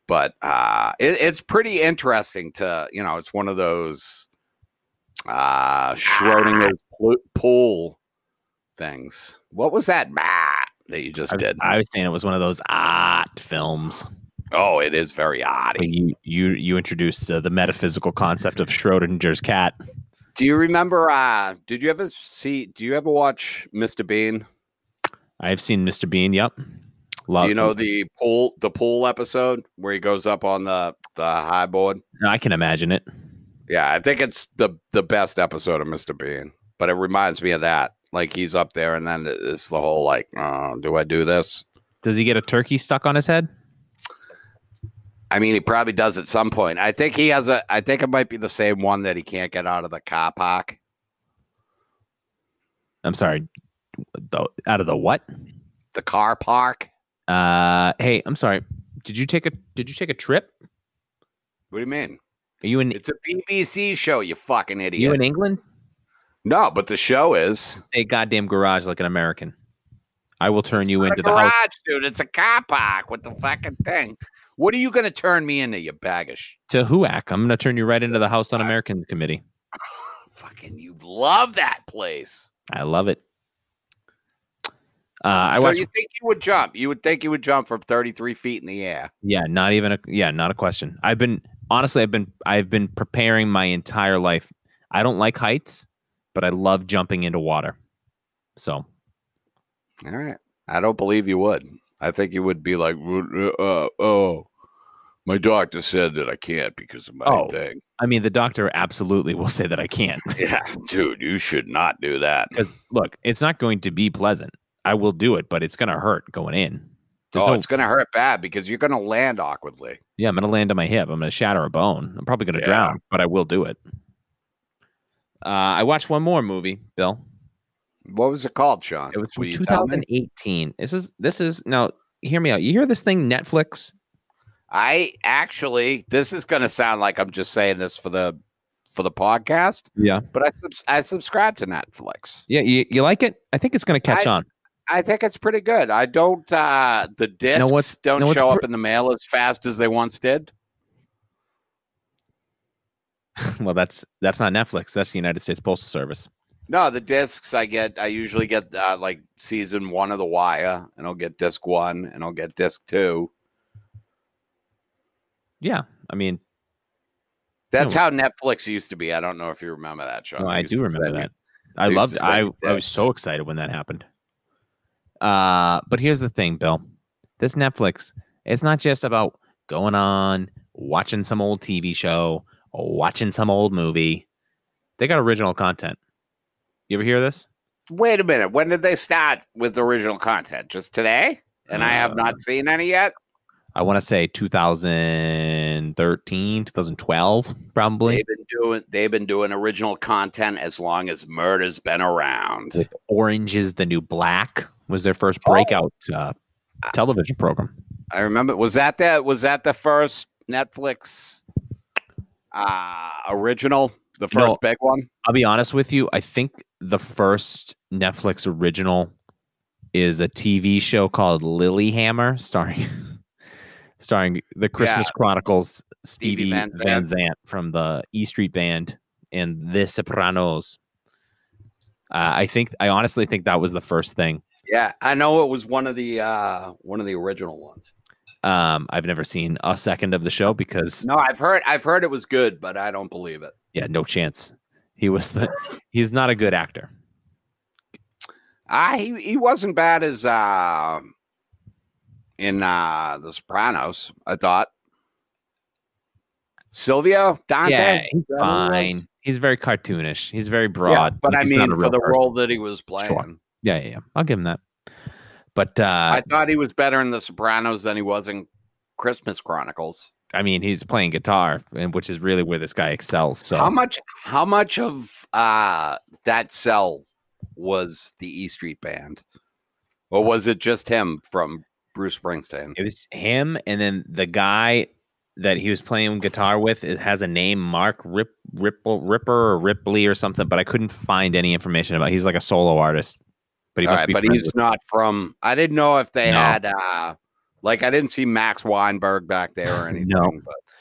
but uh it, it's pretty interesting to you know it's one of those uh schrodinger's pl- pool things what was that bah, that you just I was, did I was saying it was one of those odd films. oh it is very odd But You you you introduced uh, the metaphysical concept of Schrodinger's cat. do you remember uh did you ever see do you ever watch mr bean I've seen Mr. Bean. Yep. Love. do you know the pool the pool episode where he goes up on the the high board I can imagine it. Yeah, I think it's the the best episode of Mr. Bean. But it reminds me of that. Like he's up there, and then it's the whole like, oh, do I do this? Does he get a turkey stuck on his head? I mean, he probably does at some point. I think he has a. I think it might be the same one that he can't get out of the car park. I'm sorry. The, out of the what? The car park. Uh, hey, I'm sorry. Did you take a Did you take a trip? What do you mean? Are you in It's a BBC show, you fucking idiot. Mm. you in England? no, but the show is Say goddamn garage like an American. I will turn you Not into a the house. garage, dude. It's a car park with the fucking thing. What are you gonna turn me into, you bag of sh- to HUAC. I'm going to turn you right into the House Uh, on American Committee. Fucking, you love that place. I love it. Uh, I so watched. you think you would jump? You would think you would jump from 33 feet in the air. yeah, not even a. Yeah, not a question. I've been honestly. I've been. I've been preparing my entire life. I don't like heights, but I love jumping into water. So All right. I don't believe you would. I think you would be like, "Uh, uh, oh, my doctor said that I can't because of my Oh. thing. I mean, the doctor absolutely will say that I can't. Yeah, dude, you should not do that. 'Cause, Look, it's not going to be pleasant. I will do it, but it's going to hurt going in. There's oh, no, it's going to hurt bad because you're going to land awkwardly. yeah, I'm going to land on my hip. I'm going to shatter a bone. I'm probably going to Yeah. drown, but I will do it. Uh, I watched one more movie, Bill. What was it called, Sean? It was Will from you tell me? 2018. This is this is now. Hear me out. You hear this thing, Netflix? I actually, this is going to sound like I'm just saying this for the for the podcast, Yeah, but I subs- I subscribe to Netflix. yeah. You, you like it? I think it's going to catch on. I think it's pretty good. I don't. uh The discs what's- don't know what's show pr- up in the mail as fast as they once did. well, that's that's not Netflix. That's the United States Postal Service. No, the discs I get. I usually get uh, like season one of The Wire, and I'll get disc one, and I'll get disc two. Yeah, I mean, That's No. how Netflix used to be. I don't know if you remember that, Sean. no, They I used do to send remember you- that. I used to loved. I send you I was so discs. excited when that happened. Uh, but here's the thing, Bill. This Netflix, it's not just about going on watching some old TV show, or watching some old movie. They got original content. You ever hear this? Wait a minute. When did they start with original content? Just today? And I have Uh, not seen any yet. I want to say 2013, 2012, probably. They've been doing. They've been doing original content as long as murder's been around. With Orange is the New Black was their first breakout uh, television program. I remember. Was that that? Was that the first Netflix uh, original? The You know- first big one. I'll be honest with you. I think the first Netflix original is a TV show called Lilyhammer, starring starring the Christmas Chronicles Stevie Van Stevie Van, Zant from the E Street Band and The Sopranos. Uh, I think I honestly think that was the first thing. Yeah, I know it was one of the uh one of the original ones. Um, I've never seen a second of the show because No, I've heard I've heard it was good, but I don't believe it. yeah, no chance. He was the he's not a good actor. I Ah, he, he wasn't bad as uh in uh The Sopranos, I thought. Silvio Dante. yeah, is he's that who it was? fine. He's very cartoonish. He's very Yeah, broad. but Like, I he's not mean a for real the person. role that he was playing. Yeah, yeah, yeah. I'll give him that. But uh, I I, thought he was better in The Sopranos than he was in Christmas Chronicles. mean, he's playing guitar, and which is really where this guy excels. So How much? How much of uh, that cell was the E Street Band, or was it just him from Bruce Springsteen? it was him, and then the guy that he was playing guitar with it has a name, Mark Rip Ripple Ripper or Ripley or something. But I couldn't find any information about. He's like a solo artist, but he All must right, be. but friends he's not from. I didn't know if they No. had. Uh, like I didn't see Max Weinberg back there or No. anything. but, with-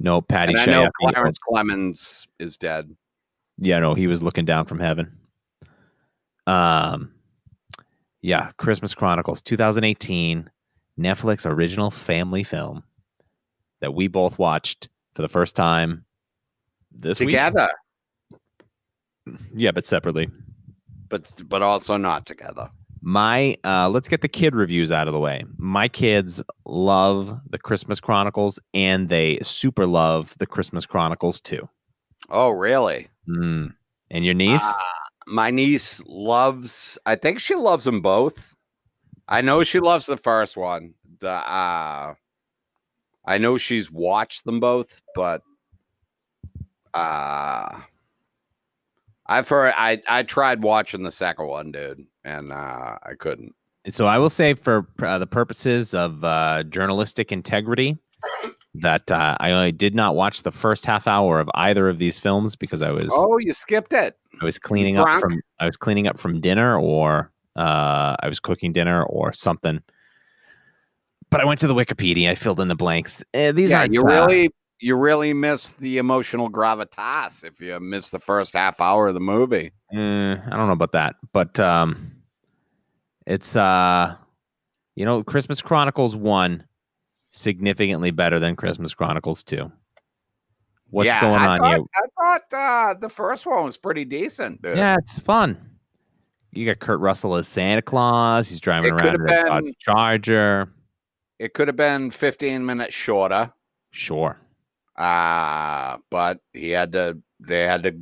no Patty. and I Chayefsky. know Clarence Clemens is dead. yeah, no, he was looking down from heaven. Um, yeah, Christmas Chronicles 2018 Netflix original family film that we both watched for the first time this together, week. Yeah, but separately. but but also not together. My uh, let's get the kid reviews out of the way. My kids love the Christmas Chronicles and they super love the Christmas Chronicles too. Oh, really? Mm. And your niece? Uh, my niece loves. I think she loves them both. I know she loves the first one. The uh, I know she's watched them both, but uh, I've heard. I I tried watching the second one, dude, and uh, I couldn't. So I will say, for uh, the purposes of uh, journalistic integrity, that uh, I only did not watch the first half hour of either of these films because I was Oh, you skipped it. I was cleaning up drunk? from I was cleaning up from dinner or uh, I was cooking dinner or something. But I went to the Wikipedia. I filled in the blanks. Eh, these yeah, aren't you uh, really you really missed the emotional gravitas if you missed the first half hour of the movie. Eh, I don't know about that, but um, it's uh, you know, Christmas Chronicles one significantly better than Christmas Chronicles two. What's Yeah, going I on thought, here? I thought uh, the first one was pretty decent, dude. Yeah, it's fun. You got Kurt Russell as Santa Claus. He's driving It around could've in a Dodge been- Charger. It could have been 15 minutes shorter, Sure. uh, but he had to. They had to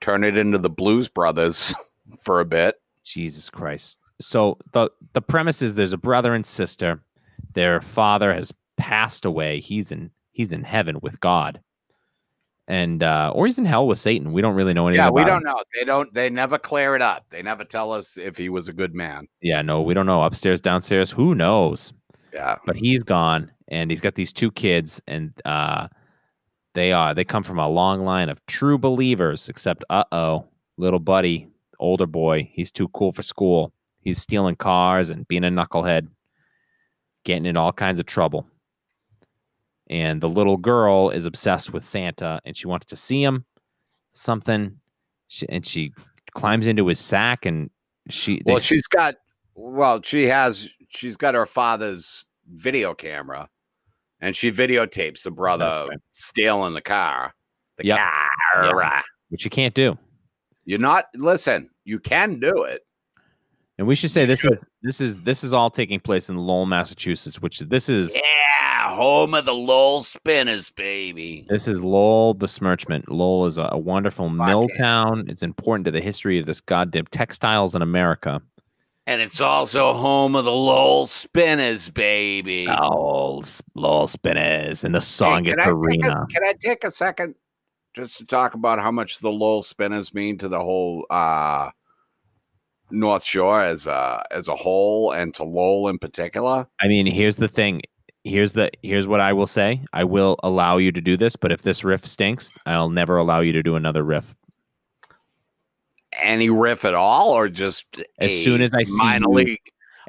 turn it into the Blues Brothers for a bit. Jesus Christ. So the the premise is there's a brother and sister. Their father has passed away. He's in he's in heaven with God. And uh or he's in hell with Satan. We don't really know anything Yeah, we about don't him. know. They don't. They never clear it up. They never tell us if he was a good man. Yeah, no, we don't know. Upstairs, downstairs, who knows? Yeah, But he's gone and he's got these two kids and uh they are they come from a long line of true believers except uh-oh, little buddy, older boy, he's too cool for school. He's stealing cars and being a knucklehead. getting in all kinds of trouble. And the little girl is obsessed with Santa and she wants to see him something. She, and she climbs into his sack and she. they Well, s- she's got. Well, she has. She's got her father's video camera, and she videotapes the brother right. stealing the car. The Yep. car. Which you can't do. You're not. Listen, you can do it. And we should say You this is this is this is all taking place in Lowell, Massachusetts, which is- this is Yeah, home of the Lowell Spinners, baby. this is Lowell besmirchment. Lowell is a, a wonderful Fuck mill it. town. It's important to the history of this goddamn textiles in America. And it's also home of the Lowell Spinners, baby. Lowell, Lowell spinners and the Hey, song can, is I take arena. a, can I take a second just to talk about how much the Lowell Spinners mean to the whole uh, North Shore as a, as a whole and to Lowell in particular? I mean, here's the thing. Here's the here's what I will say. I will allow you to do this, but if this riff stinks, I'll never allow you to do another riff. Any riff at all, or just As a soon as I see minor you- league,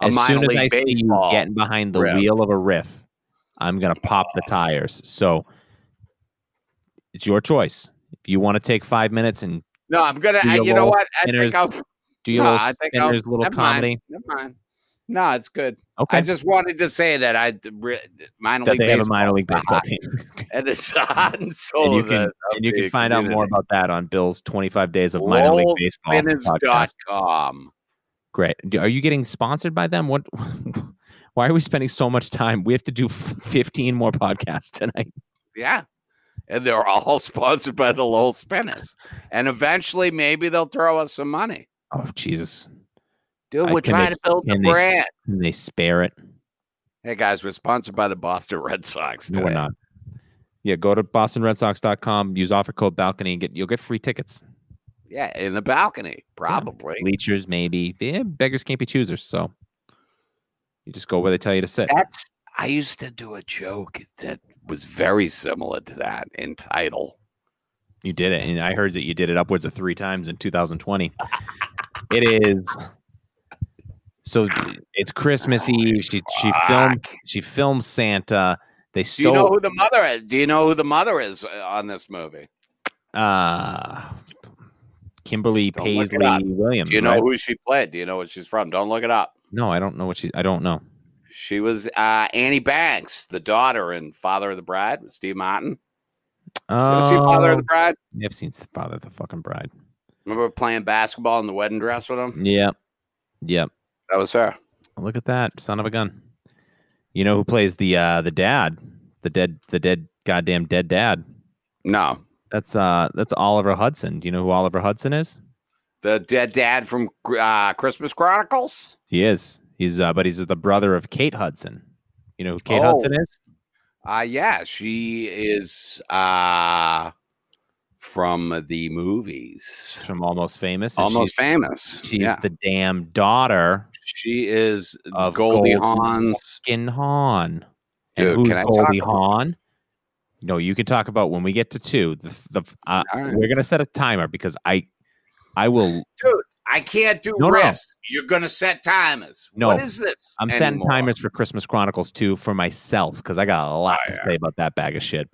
a As minor soon as league I see you baseball. getting behind the riff. wheel of a riff, I'm gonna pop the tires. So it's your choice. If you want to take five minutes and No, I'm gonna. I, Do the you know Lowell what? I Spinners think I'll, Do your No, little I think I'll- spinner's little never mind. comedy. Never mind. No, it's good. Okay. I just wanted to say that I d- re- minor that league they have a baseball minor is league the baseball hot- team. and it's the hot and soul And you of can- the- and you can the find out more community. about that on Bill's 25 Days of Minor League Lowell Baseball podcast. Spinners.com. Great. Do- Are you getting sponsored by them? What? Why are we spending so much time? We have to do f- 15 more podcasts tonight. Yeah. And they're all sponsored by the Lowell Spinners. And eventually, maybe they'll throw us some money. Oh Jesus! Dude, I- we're can trying they- to build the can they s- brand. Can they spare it? Hey, guys, we're sponsored by the Boston Red Sox. No, we're today. not. Yeah, go to bostonredsox.com. Use offer code balcony and get you'll get free tickets. Yeah, in the balcony, probably. Bleachers, maybe. Yeah, beggars can't be choosers. So you just go where they tell you to sit. That's I used to do a joke that was very similar to that in title. You did it, and I heard that you did it upwards of three times in 2020. it is so it's Christmas Eve. She she filmed she filmed Santa. They Do you stole. know who the mother is? Do you know who the mother is uh, on this movie? uh, Kimberly Don't look it Paisley up. Williams. Do you know right? who she played? Do you know where she's from? Don't look it up. No, I don't know what she. I don't know. She was uh, Annie Banks, the daughter and father of the bride with Steve Martin. You ever see Father of Oh, the Bride? I've seen Father of the fucking Bride. Remember playing basketball in the wedding dress with him? Yep, yep. That was her. Look at that son of a gun. You know who plays the uh the dad, the dead, the dead, goddamn dead dad. No. That's uh that's Oliver Hudson. Do you know who Oliver Hudson is? The dead dad from uh, Christmas Chronicles? He is. He's uh but he's the brother of Kate Hudson. You know who Kate Oh. Hudson is? Uh yeah, she is uh from the movies. She's From Almost Famous. and Almost famous. she's, she's yeah. the damn daughter She is of Goldie Gold- Hawn's in Hawn. Dude, and who's can I talk Goldie about- Hawn? No, you can talk about when we get to two. The, the uh, All right. we're gonna set a timer because I I will I can't do No, no. riffs. You're gonna set timers. No. What is this? I'm setting anymore? timers for Christmas Chronicles 2 for myself because I got a lot to say about that bag of shit.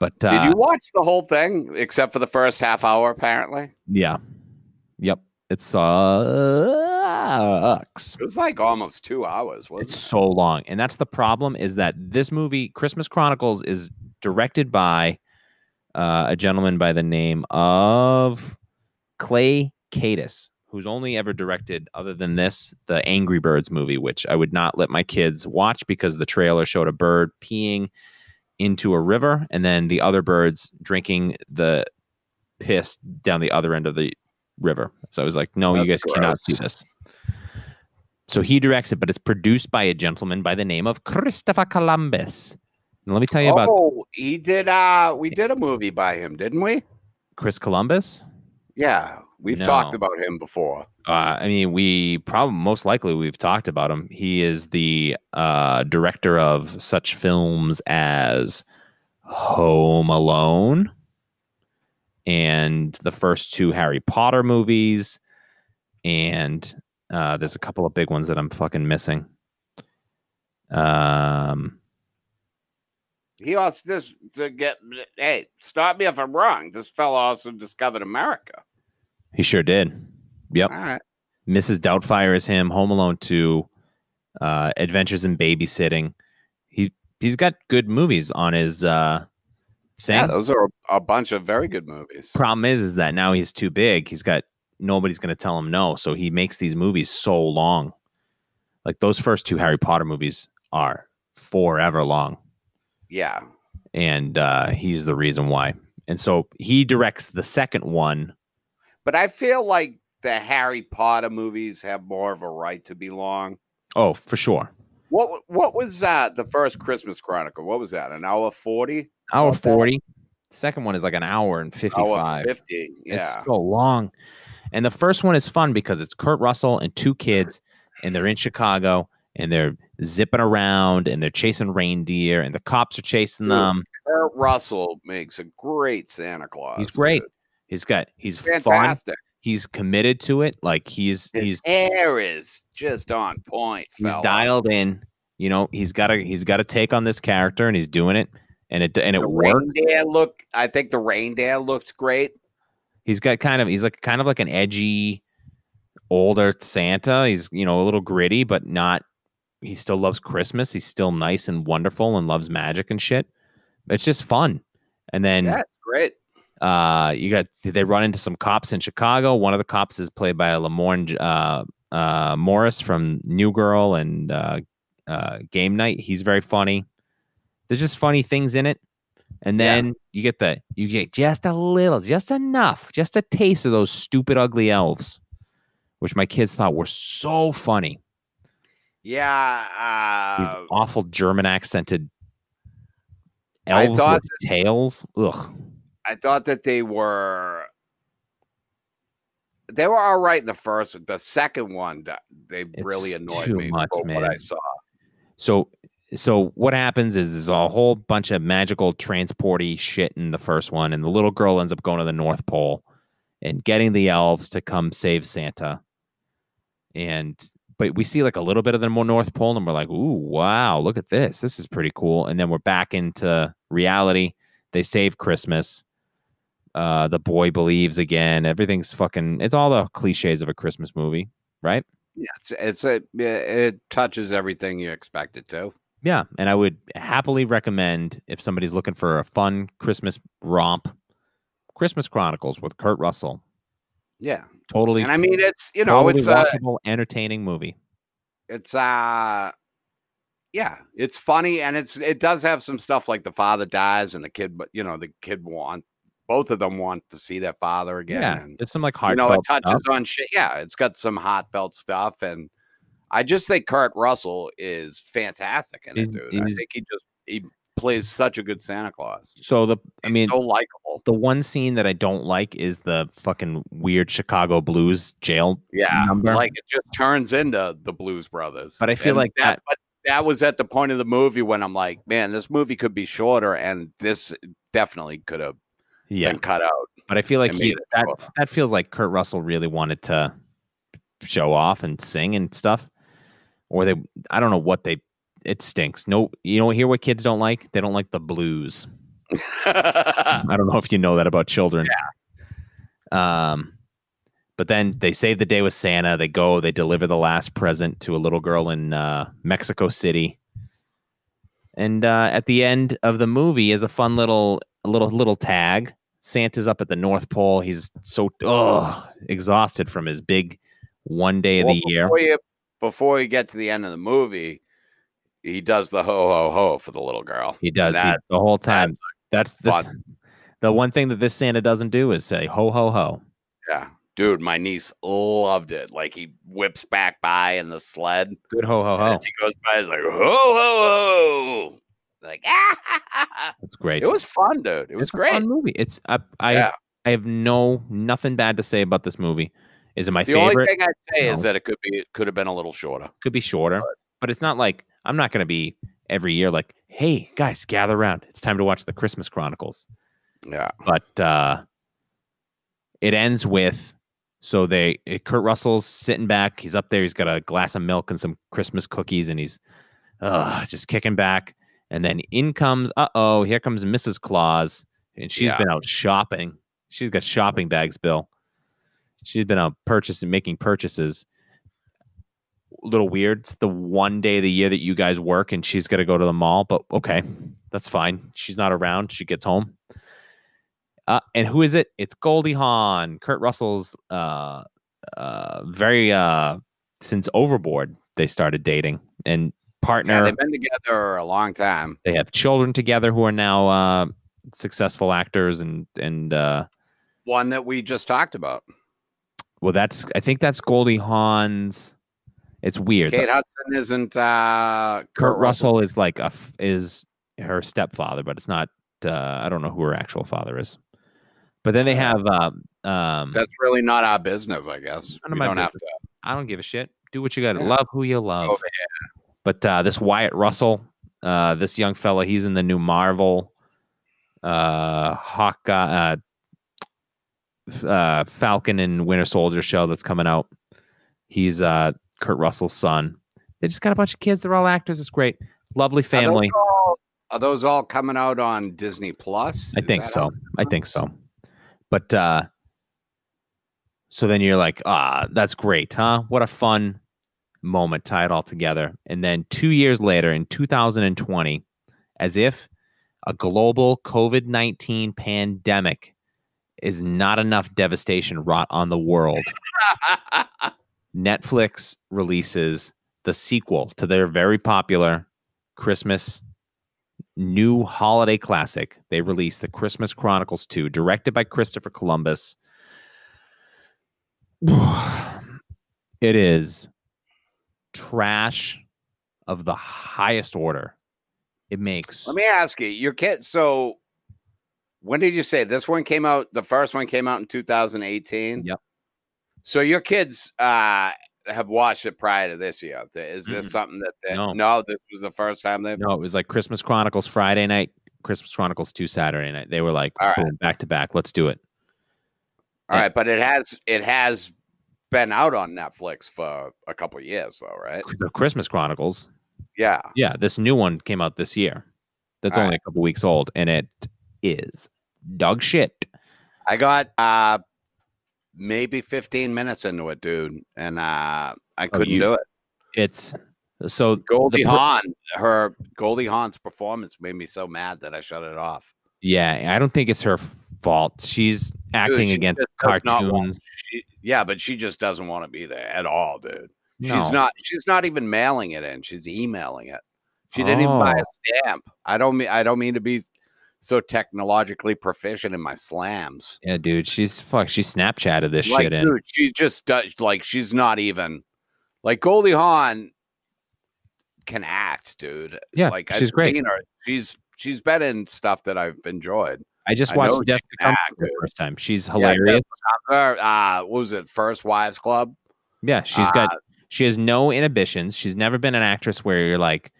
But uh, Did you watch the whole thing except for the first half hour? Apparently, Yeah. Yep. It sucks. it was like almost two hours. Was It's so long. And that's the problem is that this movie, Christmas Chronicles, is directed by uh, a gentleman by the name of Clay Cadis, who's only ever directed, other than this, the Angry Birds movie, which I would not let my kids watch because the trailer showed a bird peeing into a river and then the other birds drinking the piss down the other end of the river. So I was like, no, you guys That's cannot gross. see this. So he directs it, but it's produced by a gentleman by the name of Christopher Columbus. And let me tell you oh, about he did. Uh, we did a movie by him, didn't we? Chris Columbus. Yeah, we've No. talked about him before. Uh, I mean, we probably most likely we've talked about him. He is the uh, director of such films as Home Alone and the first two Harry Potter movies, and uh, there's a couple of big ones that I'm fucking missing. Um, He also this to get. Hey, stop me if I'm wrong. This fellow also discovered America. he sure did. Yep. All right. Mrs. Doubtfire is him. Home Alone Two, uh, Adventures in Babysitting. He he's got good movies on his uh, thing. Yeah, those are a, a bunch of very good movies. Problem is, is that now he's too big. He's got nobody's going to tell him no, so he makes these movies so long. Like those first two Harry Potter movies are forever long yeah. and uh, he's the reason why and so he directs the second one But I feel like the Harry Potter movies have more of a right to be long. oh for sure What w- what was that? The first Christmas Chronicle. What was that? An hour forty? hour About that. 40 second one is like an hour and 55 Hour fifty. Yeah. It's so long. And the first one is fun because it's Kurt Russell and two kids, and they're in Chicago and they're zipping around and they're chasing reindeer and the cops are chasing Dude, them. Kurt Russell makes a great Santa Claus. He's great. dude. He's got he's fun. Fantastic. He's committed to it. Like he's he's His hair is just on point. he's fella. dialed in. You know, he's got a he's got a take on this character and he's doing it and it and it The works. reindeer look. I think the reindeer looks great. He's got kind of he's like kind of like an edgy older Santa. He's, you know, a little gritty, but not he still loves Christmas. He's still nice and wonderful and loves magic and shit. It's just fun. And then That's great. uh, you got they run into some cops in Chicago. One of the cops is played by Lamorne uh, uh, Morris from New Girl and uh, uh, Game Night. He's very funny. There's just funny things in it, and Yeah. then you get the you get just a little, just enough, just a taste of those stupid ugly elves, which my kids thought were so funny. Yeah. These Uh, awful German accented I elves thought with tails. Ugh. I thought that they were they were all right in the first. one. The second one, th- they really It's annoyed too me. much, from What I man. saw. So so what happens is there's a whole bunch of magical transporty shit in the first one, and the little girl ends up going to the North Pole and getting the elves to come save Santa. And but we see like a little bit of the more North Pole, and we're like, ooh, wow, look at this. This is pretty cool. And then we're back into reality. They save Christmas. Uh, the boy believes again. Everything's fucking. It's all the cliches of a Christmas movie, right? Yeah, it's, it's a it touches everything you expect it to. Yeah, and I would happily recommend if somebody's looking for a fun Christmas romp, Christmas Chronicles with Kurt Russell. Yeah, Totally, and I mean it's you know totally it's uh, watchable, entertaining movie. it's uh yeah it's funny and it's it does have some stuff like the father dies and the kid but you know the kid want both of them want to see their father again yeah, and there's some like you know it heartfelt touches stuff. on shit yeah it's got some heartfelt stuff and i just think kurt russell is fantastic in He's- it dude i he's- think he just he plays such a good santa claus So the, I He's mean, so likable the one scene that I don't like is the fucking weird Chicago Blues jail yeah number. like it just turns into the blues brothers But I feel And like that- but that was at the point of the movie when i'm like man this movie could be shorter and this definitely could have yeah, been cut out but I feel like I he, made it that short. that feels like Kurt Russell really wanted to show off and sing and stuff, or they I don't know what they. It stinks. No, you know, hear what kids don't like? They don't like the blues. I don't know if you know that about children. Yeah. Um, but then they save the day with Santa. They go. They deliver the last present to a little girl in uh, Mexico City. And uh, at the end of the movie is a fun little little little tag. Santa's up at the North Pole. He's so oh, exhausted from his big one day of Well, the year. before you, before you get to the end of the movie he does the ho ho ho for the little girl He does he- That- the whole time. That's, fun. this, the one thing that this Santa doesn't do is say ho ho ho. yeah dude my niece loved it like he whips back by in the sled Good ho ho and ho. as he goes by he's like ho ho ho like ah That's great. It was fun, dude. It was it's great. A fun movie. It's I I, Yeah. I have no nothing bad to say about this movie. Is it my the favorite? only thing I'd say No. is that it could be it could have been a little shorter. Could be shorter, but it's not like I'm not going to be every year like, hey guys, gather around. It's time to watch the Christmas Chronicles. Yeah. But uh, it ends with so they eh, Kurt Russell's sitting back. He's up there. He's got a glass of milk and some Christmas cookies, and he's uh, just kicking back. And then in comes uh oh, here comes Mrs. Claus, and she's Yeah. been out shopping. She's got shopping bags, Bill. She's been out purchasing, making purchases. Little weird. It's the one day of the year that you guys work, and she's got to go to the mall. But okay, that's fine. She's not around. She gets home. Uh, and who is it? It's Goldie Hawn, Kurt Russell's uh, uh, very uh, since Overboard they started dating and Yeah, partner. they've been together a long time. they have children together who are now uh, successful actors and and uh, One that we just talked about. well, that's I think that's Goldie Hawn's. It's weird. Kate Hudson isn't uh Russell's- Kurt Russell is like a f- is her stepfather, but it's not. Uh, I don't know who her actual father is. But then they Yeah. have. Um, um, That's really not our business, I guess. None of We my don't have to. business. I don't give a shit. Do what you got to Yeah. love. Who you love. Over But uh, this Wyatt Russell, uh, this young fella, he's in the new Marvel, uh, Hawkeye, uh, f- uh, Falcon and Winter Soldier show that's coming out. He's uh, Kurt Russell's son. They just got a bunch of kids. They're all actors. It's great. Lovely Are those family. all- Are those all coming out on Disney Plus? I Is think that so. out? I think so. But uh, So then you're like, ah, that's great, huh? What a fun moment, tie it all together. And then two years later, in 2020, as if a global COVID 19 pandemic is not enough devastation wrought on the world, Netflix releases the sequel to their very popular Christmas new holiday classic. They released The Christmas Chronicles 2, directed by Christopher Columbus. It is trash of the highest order. It makes Let me ask you, your kid. So, when did you say this one came out? The first one came out in 2018. Yep. So your kids uh, have watched it prior to this year. Th- Is this Mm-mm. something that they, No. no. This was the first time they. no, it was like Christmas Chronicles Friday night, Christmas Chronicles 2 Saturday night. They were like All right. boom, back to back. Let's do it. All right, but it has it has been out on Netflix for a couple years though, right? The Christmas Chronicles. Yeah. Yeah, this new one came out this year. That's All only a couple weeks old, and it is dog shit. I got uh maybe 15 minutes into it, dude, and uh I couldn't Oh, you- do it. It's so Goldie per- Hawn, her Goldie Hawn's performance made me so mad that I shut it off. yeah. I don't think it's her fault. She's Dude, acting she against just does not want- cartoons. she- yeah, but she just doesn't want to be there at all, dude. She's No. not. She's not even mailing it in. She's emailing it. She didn't even buy Oh. a stamp. I don't mean. I don't mean to be so technologically proficient in my slams. Yeah, dude. She's fuck. She Snapchatted this like, shit in. dude, she just does. Like, she's not even. Like Goldie Hawn can act, dude. Yeah, like she's great. Seen her. She's she's been in stuff that I've enjoyed. I just I watched know Death she can Becomes act, for the dude. first time. She's Death hilarious. Her, uh, what was it? First Wives Club. Yeah, she's Ah. got. She has no inhibitions. She's never been an actress where you're like,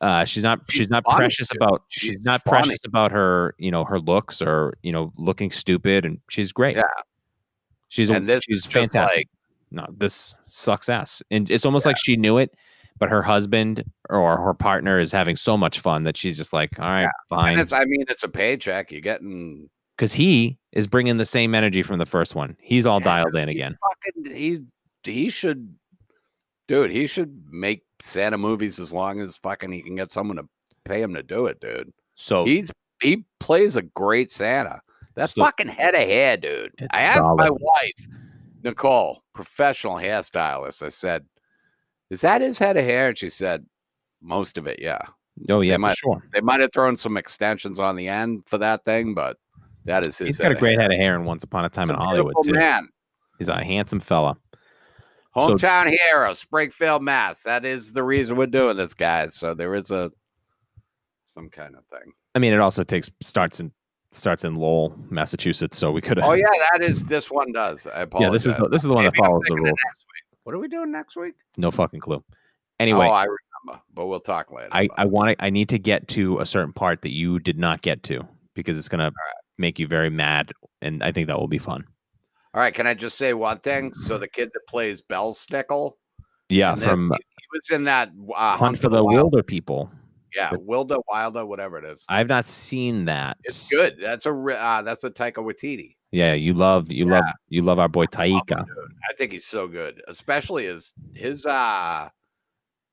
uh, she's not. She's, She's not funny, precious dude. about. She's, She's not funny. precious about her. You know her looks or you know looking stupid, and she's great. Yeah. she's And this she's is just fantastic. like- no, this sucks ass, and it's almost like she knew it, but her husband or her partner is having so much fun that she's just like, all right, And fine, it's. I mean, it's a paycheck. You're getting because he is bringing the same energy from the first one. He's all Yeah, dialed in he again. Fucking, he he should, dude. He should make Santa movies as long as fucking he can get someone to pay him to do it, dude. So He's he plays a great Santa. That Oh. So- fucking head of hair, dude. It's I asked my solid. wife, Nicole, professional hairstylist. I said, "Is that his head of hair?" And she said, "Most of it, yeah. oh yeah, they for might- sure. They might have thrown some extensions on the end for that thing, but that is his." He's head got a of great head of hair and Once Upon a hair. Time He's in a Hollywood beautiful too. man. He's a handsome fella. So- Hometown hero, Springfield, Mass. That is the reason we're doing this, guys. So there is a some kind of thing. I mean, it also takes starts in starts in Lowell, Massachusetts. So we could. Oh yeah, that is this one does. I yeah. apologize. This is the, this is the one that Maybe I'm follows the thinking of rule. next week. What are we doing next week? No fucking clue. Anyway, oh, I remember, but we'll talk later. I about I it. want to I need to get to a certain part that you did not get to because it's gonna make you very mad, and I think that will be fun. All right, can I just say one thing? So the kid that plays Bell Snickle, Yeah, and then from he, he was in that uh, Hunt, for the Wild- Wilder People. Yeah, Wilda Wilder, whatever it is. I've not seen that. It's good. That's a re- uh, that's a Taika Waititi. Yeah, you love you love you love our boy Taika. I think he's so good, especially his his uh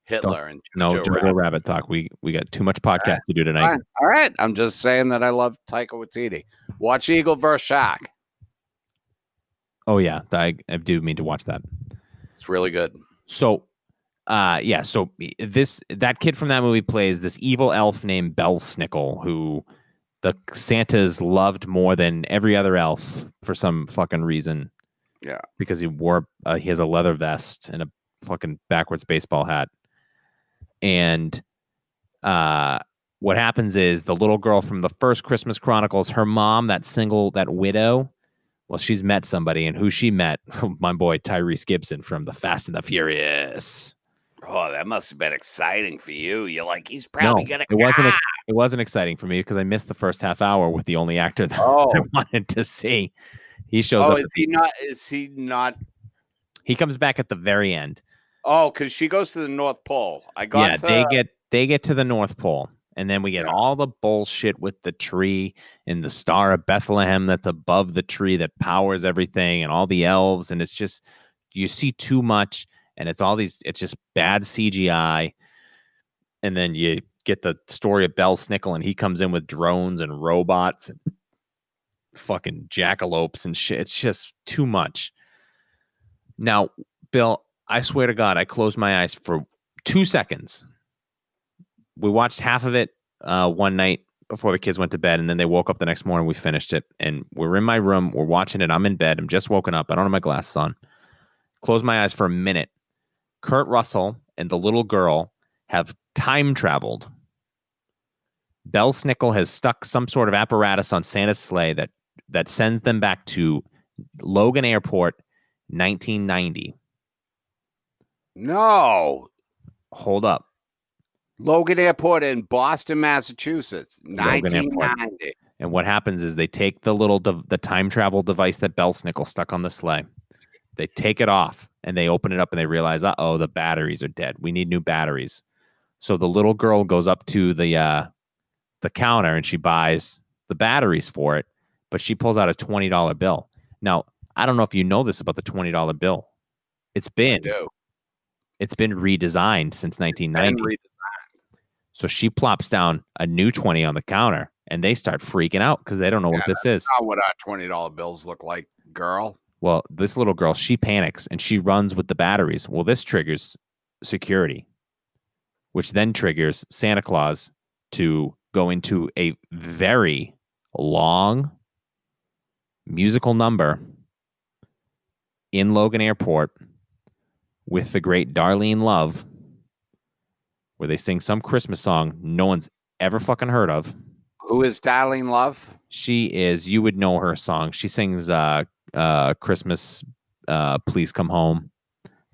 Hitler and No, Jojo Jojo Rabbit. Rabbit. talk. We we got too much podcast to do tonight. Fine. All right, I'm just saying that I love Taika Waititi. Watch Eagle vs Shark. Oh yeah, I, I do mean to watch that. It's really good. So, uh, yeah. So i- this that kid from that movie plays this evil elf named Belsnickel, who the Santas loved more than every other elf for some fucking reason. Yeah. because he wore uh, he has a leather vest and a fucking backwards baseball hat, and uh. What happens is the little girl from the first Christmas Chronicles, her mom, that single, that widow, well, she's met somebody, and who she met, oh, my boy Tyrese Gibson from the Fast and the Furious. Oh, that must have been exciting for you. You're like, he's No, probably gonna. it Ah! wasn't. ex- It wasn't exciting for me because I missed the first half hour with the only actor that Oh, I wanted to see. He shows oh, up. is he not? Is he not? He comes back at the very end. Oh, because she goes to the North Pole. I got yeah, to. they get they get to the North Pole, And then we get all the bullshit with the tree and the star of Bethlehem that's above the tree that powers everything and all the elves. And it's just, you see too much and it's all these, it's just bad CGI. And then you get the story of Bell Snickle and he comes in with drones and robots and fucking jackalopes and shit. It's just too much. Now, Bill, I swear to God, I closed my eyes for two seconds we watched half of it uh, one night before the kids went to bed, and then they woke up the next morning. We finished it, and we're in my room. We're watching it. I'm in bed. I'm just woken up. I don't have my glasses on. Close my eyes for a minute. Kurt Russell and the little girl have time traveled. Bell Snickle has stuck some sort of apparatus on Santa's sleigh that that sends them back to Logan Airport, 1990. No, Hold up. Logan Airport in Boston, Massachusetts, Logan Airport. 1990. And what happens is they take the little dev- the time travel device that Belsnickel stuck on the sleigh. They take it off and they open it up and they realize, uh oh, the batteries are dead. We need new batteries. So the little girl goes up to the uh, the counter and she buys the batteries for it, but she pulls out a twenty dollar bill. Now I don't know if you know this about the twenty dollar bill. It's been Dude, it's been redesigned since nineteen Ben ninety. Reed- So she plops down a new 20 on the counter and they start freaking out because they don't know what this is. Not what our twenty dollar bills look like, girl. Well, this little girl, she panics and she runs with the batteries. Well, this triggers security, which then triggers Santa Claus to go into a very long musical number in Logan Airport with the great Darlene Love, where they sing some Christmas song no one's ever fucking heard of. Who is Darlene Love? She is. You would know her song. She sings uh uh Christmas uh Please Come Home.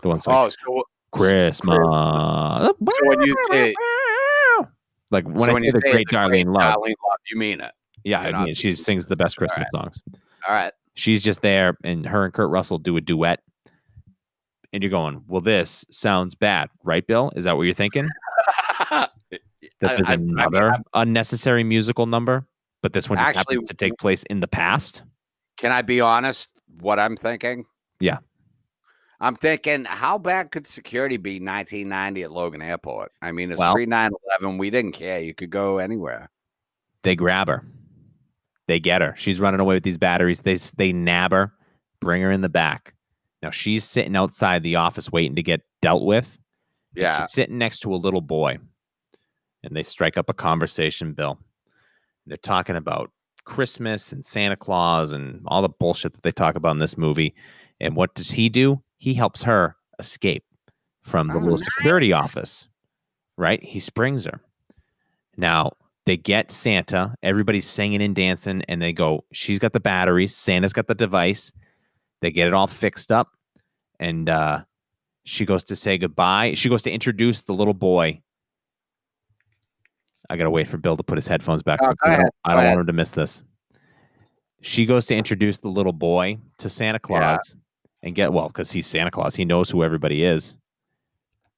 The one's like oh, so, Christmas. so when you say like when so I when say you the say great Darlene Love. Darlene Love, you mean it? yeah, you're I not mean she being sings the best All Christmas songs. All right. She's just there and her and Kurt Russell do a duet. And you're going, Well, this sounds bad, right, Bill? Is that what you're thinking? I- That I- I there's mean, another unnecessary musical number, but this one just Actually- happens to take place in the past. Can I be honest? What I'm thinking? Yeah. I'm thinking, how bad could security be 1990 at Logan Airport? I mean, it's Well- pre 9 11. We didn't care. You could go anywhere. They grab her. They get her. She's running away with these batteries. They s- they nab her, bring her in the back. Now she's sitting outside the office waiting to get dealt with. and Yeah. She's sitting next to a little boy. And they strike up a conversation, Bill. They're talking about Christmas and Santa Claus and all the bullshit that they talk about in this movie. And what does he do? He helps her escape from the Oh, little security nice. office, right? He springs her. Now they get Santa. Everybody's singing and dancing, and they go, She's got the batteries. Santa's got the device. They get it all fixed up. And uh, she goes to say goodbye. She goes to introduce the little boy. I got to wait for Bill to put his headphones back Oh, on. go 'cause I don't, ahead, I go don't ahead. want him to miss this. She goes to introduce the little boy to Santa Claus and get, well, because he's Santa Claus. He knows who everybody is.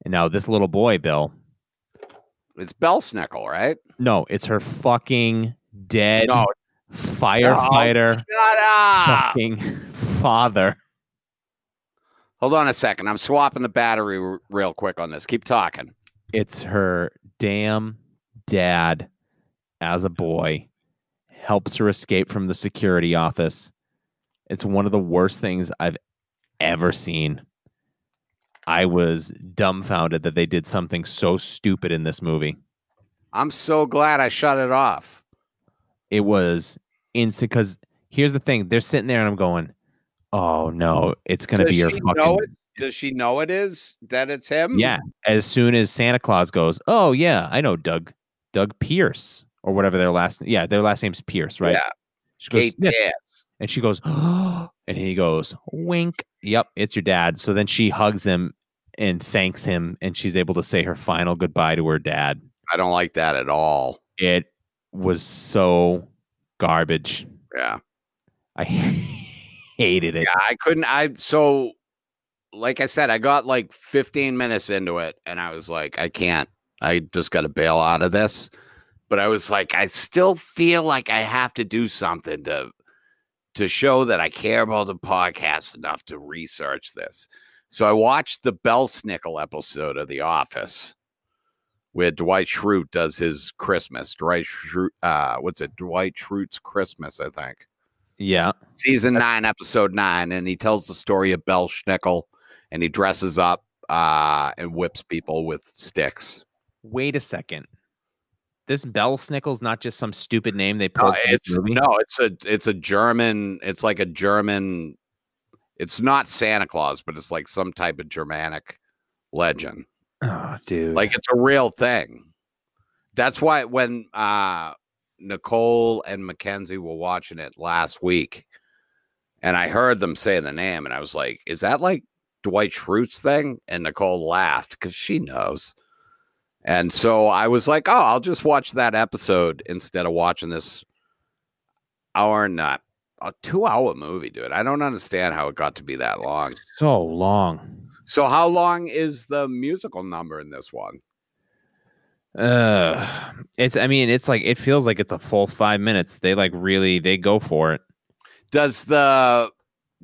And now this little boy, Bill, It's Belsnickel, right? no, it's her fucking dead No. firefighter Shut up. fucking father. Hold on a second. I'm swapping the battery r- real quick on this. Keep talking. It's her damn dad as a boy helps her escape from the security office. It's one of the worst things I've ever seen. I was dumbfounded that they did something so stupid in this movie. I'm so glad I shut it off. it was instant because here's the thing they're sitting there and i'm going oh no it's going to Does be your she know fucking it? Does she know it is that it's him? yeah as soon as santa claus goes oh yeah i know doug doug pierce or whatever their last yeah their last name's pierce right Yeah. she goes, Kate "Yeah." Pierce. and she goes "Oh," and he goes wink yep it's your dad so then she hugs him and thanks him and she's able to say her final goodbye to her dad I don't like that at all. it was so garbage Yeah. i hated it Yeah, I couldn't. I so, like I said, I got like 15 minutes into it, and I was like, I can't. I just got to bail out of this. but I was like, I still feel like I have to do something to to show that I care about the podcast enough to research this. So I watched the Belsnickel episode of The Office where Dwight Schrute does his Christmas. Dwight Schrute, uh, what's it? Dwight Schrute's Christmas, I think. Yeah. Season nine, episode nine, and he tells the story of Belschnickel, and he dresses up uh, and whips people with sticks. Wait a second. This Bell Snickel's not just some stupid name they No, pulled. from this it's Oh, movie? no, it's a it's a German. It's like a German. It's not Santa Claus, but it's like some type of Germanic legend. Oh, dude. Like it's a real thing. That's why when uh Nicole and Mackenzie were watching it last week, and I heard them say the name, and I was like, "Is that like Dwight Schrute's thing?" And Nicole laughed because she knows. And so I was like, "Oh, I'll just watch that episode instead of watching this hour and not a two-hour movie, dude. I don't understand how it got to be that long." so long. So, how long is the musical number in this one? Uh, it's. I mean, it's like it feels like it's a full five minutes. They like really they go for it. Does the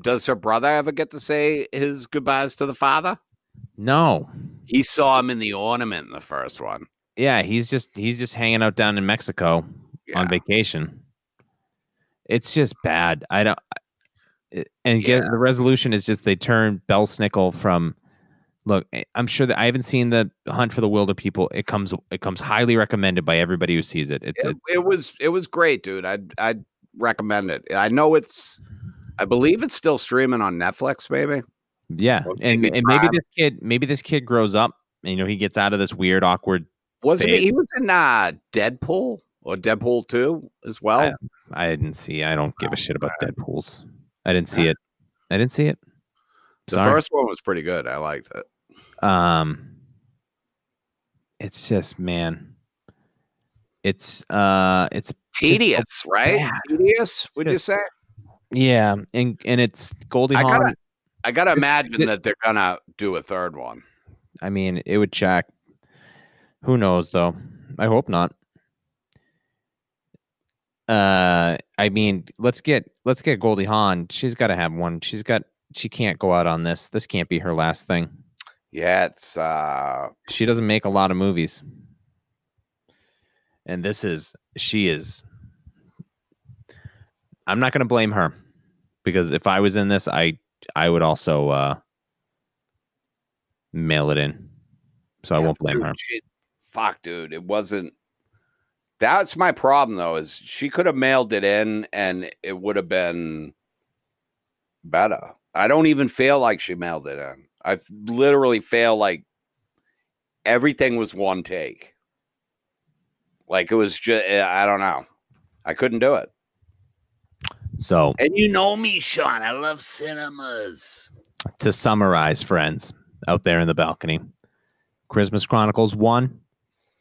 does her brother ever get to say his goodbyes to the father? No. He saw him in the ornament in the first one. Yeah, he's just he's just hanging out down in Mexico Yeah. on vacation. It's just bad. I don't. I- And get, the resolution is just they turn Bell Snickle from. Look, I- I'm sure that I haven't seen the Hunt for the Wilder People. It comes it comes highly recommended by everybody who sees it. It's It, it was it was great, dude. I'd I'd recommend it. I know it's I believe it's still streaming on Netflix, maybe. yeah, Well, and, maybe and maybe Prime. this kid maybe this kid grows up. And, you know, he gets out of this weird, awkward. Wasn't he, Babe. he was in uh Deadpool or Deadpool 2 as well? I didn't see. I don't give a shit about Deadpool's. I didn't see it. I didn't see it. the Sorry. first one was pretty good. I liked it. um it's just man it's uh it's Tedious, right? bad. Tedious, would just- you say? yeah and and it's goldie I hawn gotta I gotta It- imagine it- that they're gonna do a third one. i mean it would check who knows though i hope not uh i mean let's get let's get goldie hawn she's got to have one she's got she can't go out on this this can't be her last thing Yeah, it's uh she doesn't make a lot of movies and this is she is i'm not going to blame her because if i was in this i i would also uh mail it in so i Yeah, won't blame dude, her she- fuck, dude. It wasn't. That's my problem, though, is she could have mailed it in and it would have been better. I don't even feel like she mailed it in. I f- literally feel like everything was one take. Like it was just, I don't know. I couldn't do it. so And you know me, Sean. I love cinemas. to summarize friends out there in the balcony christmas chronicles 1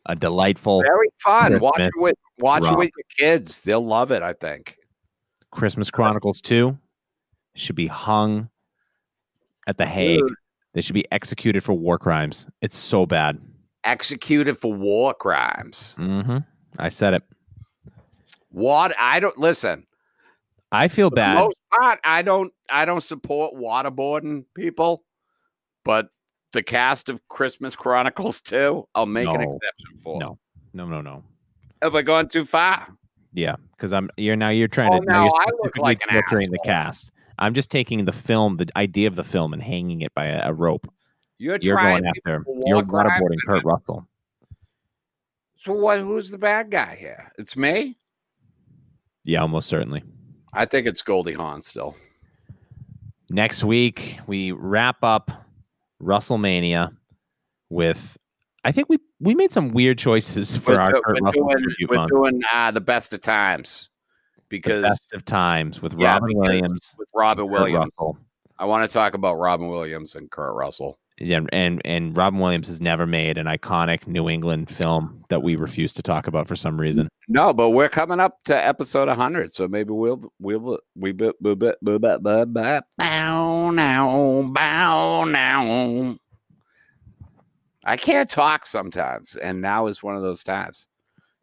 a delightful Very fun. Watch it Christmas with watch it romp. with your kids. They'll love it. I think. christmas chronicles 2 should be hung at the hague Dude, They should be executed for war crimes. It's so bad. executed for war crimes. Mm-hmm. I said it. What I don't listen. I feel for the bad. most part, I don't. I don't support waterboarding people, but the cast of Christmas Chronicles too. I'll make an No. exception for. No, no, no, no. Have I gone too far? Yeah, because I'm you're now you're trying Oh, to now no, you're I look specifically like an torturing the cast. I'm just taking the film, the idea of the film, and hanging it by a, a rope. You're, You're trying. going after for war you're crimes waterboarding and- Kurt Russell. so what? Who's the bad guy here? It's me. Yeah, almost certainly. I think it's Goldie Hawn still. Next week we wrap up WrestleMania with. I think we we made some weird choices for we're, our do- Kurt we're Russell doing, tribute we're month. doing uh, the best of times The because best of times with Yeah, Robin because Williams, with Robin Kurt Williams. Russell. I want to talk about Robin Williams and Kurt Russell. Yeah, and and Robin Williams has never made an iconic New England film that we refuse to talk about for some reason. No, but we're coming up to episode 100, so maybe we'll we'll we bit boo bit boo bit boo bit bow now bow now. I can't talk sometimes, and now is one of those times.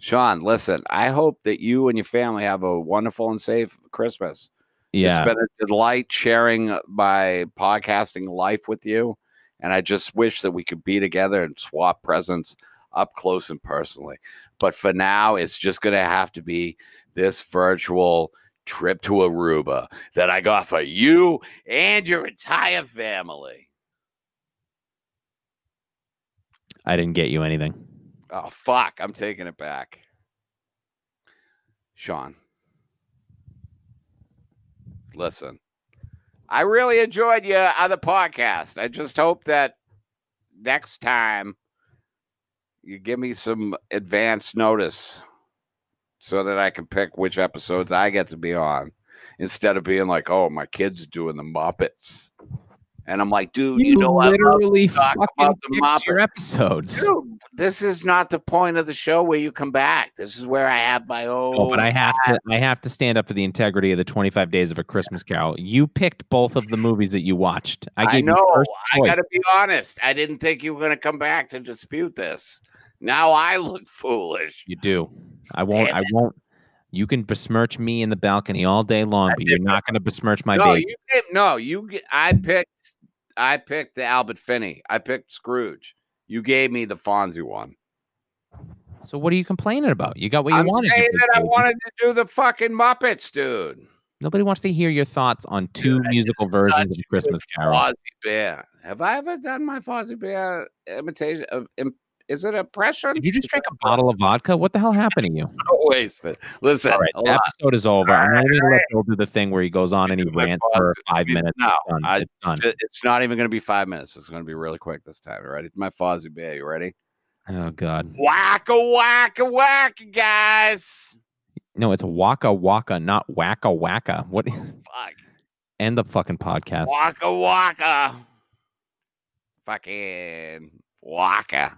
Sean, listen, I hope that you and your family have a wonderful and safe Christmas. Yeah. It's been a delight sharing my podcasting life with you. And I just wish that we could be together and swap presents up close and personally. But for now, it's just going to have to be this virtual trip to Aruba that I got for you and your entire family. I didn't get you anything. Oh, fuck. I'm taking it back. Sean, listen, I really enjoyed your other podcast. I just hope that next time you give me some advance notice so that I can pick which episodes I get to be on instead of being like, oh, my kid's doing the Muppets. And I'm like, dude, you, know I love literally talk fucking about the picked your Muppets. episodes. Dude, this is not the point of the show where you come back. This is where I have my own. Oh, but I have to I have to stand up for the integrity of the 25 days of a Christmas Carol. You picked both of the movies that you watched. I I gave you know. first I choice. got to be honest. I didn't think you were going to come back to dispute this. Now I look foolish. You do. I won't. Damn I won't. You can besmirch me in the balcony all day long, I but you're did not going to besmirch my no, baby. you did no. You. g- I picked. I picked the Albert Finney. I picked Scrooge. You gave me the Fonzie one. So what are you complaining about? You got what you I'm wanted. you saying big that I baby. wanted to do the fucking Muppets, dude. Nobody wants to hear your thoughts on two Dude, I musical just versions such of a a Christmas Carol. Fozzie Bear. Have I ever done my Fozzie Bear imitation? Of, im, is it impression? Did you just drink a bottle of vodka? What the hell happened to you? Don't waste it. Listen, All right, hold the on. episode is over. I'm All only going to let Joe do the thing where he goes on and he Do my rants for five No, minutes. it's done. I it's done. Ju- it's not even going to be five minutes. It's going to be really quick this time. All right, it's my Fozzie Bear. You ready? oh God! Whack a whack a whack, guys. No, it's waka waka, not waka waka. What? Fuck. End the fucking podcast. Waka waka. Fucking waka.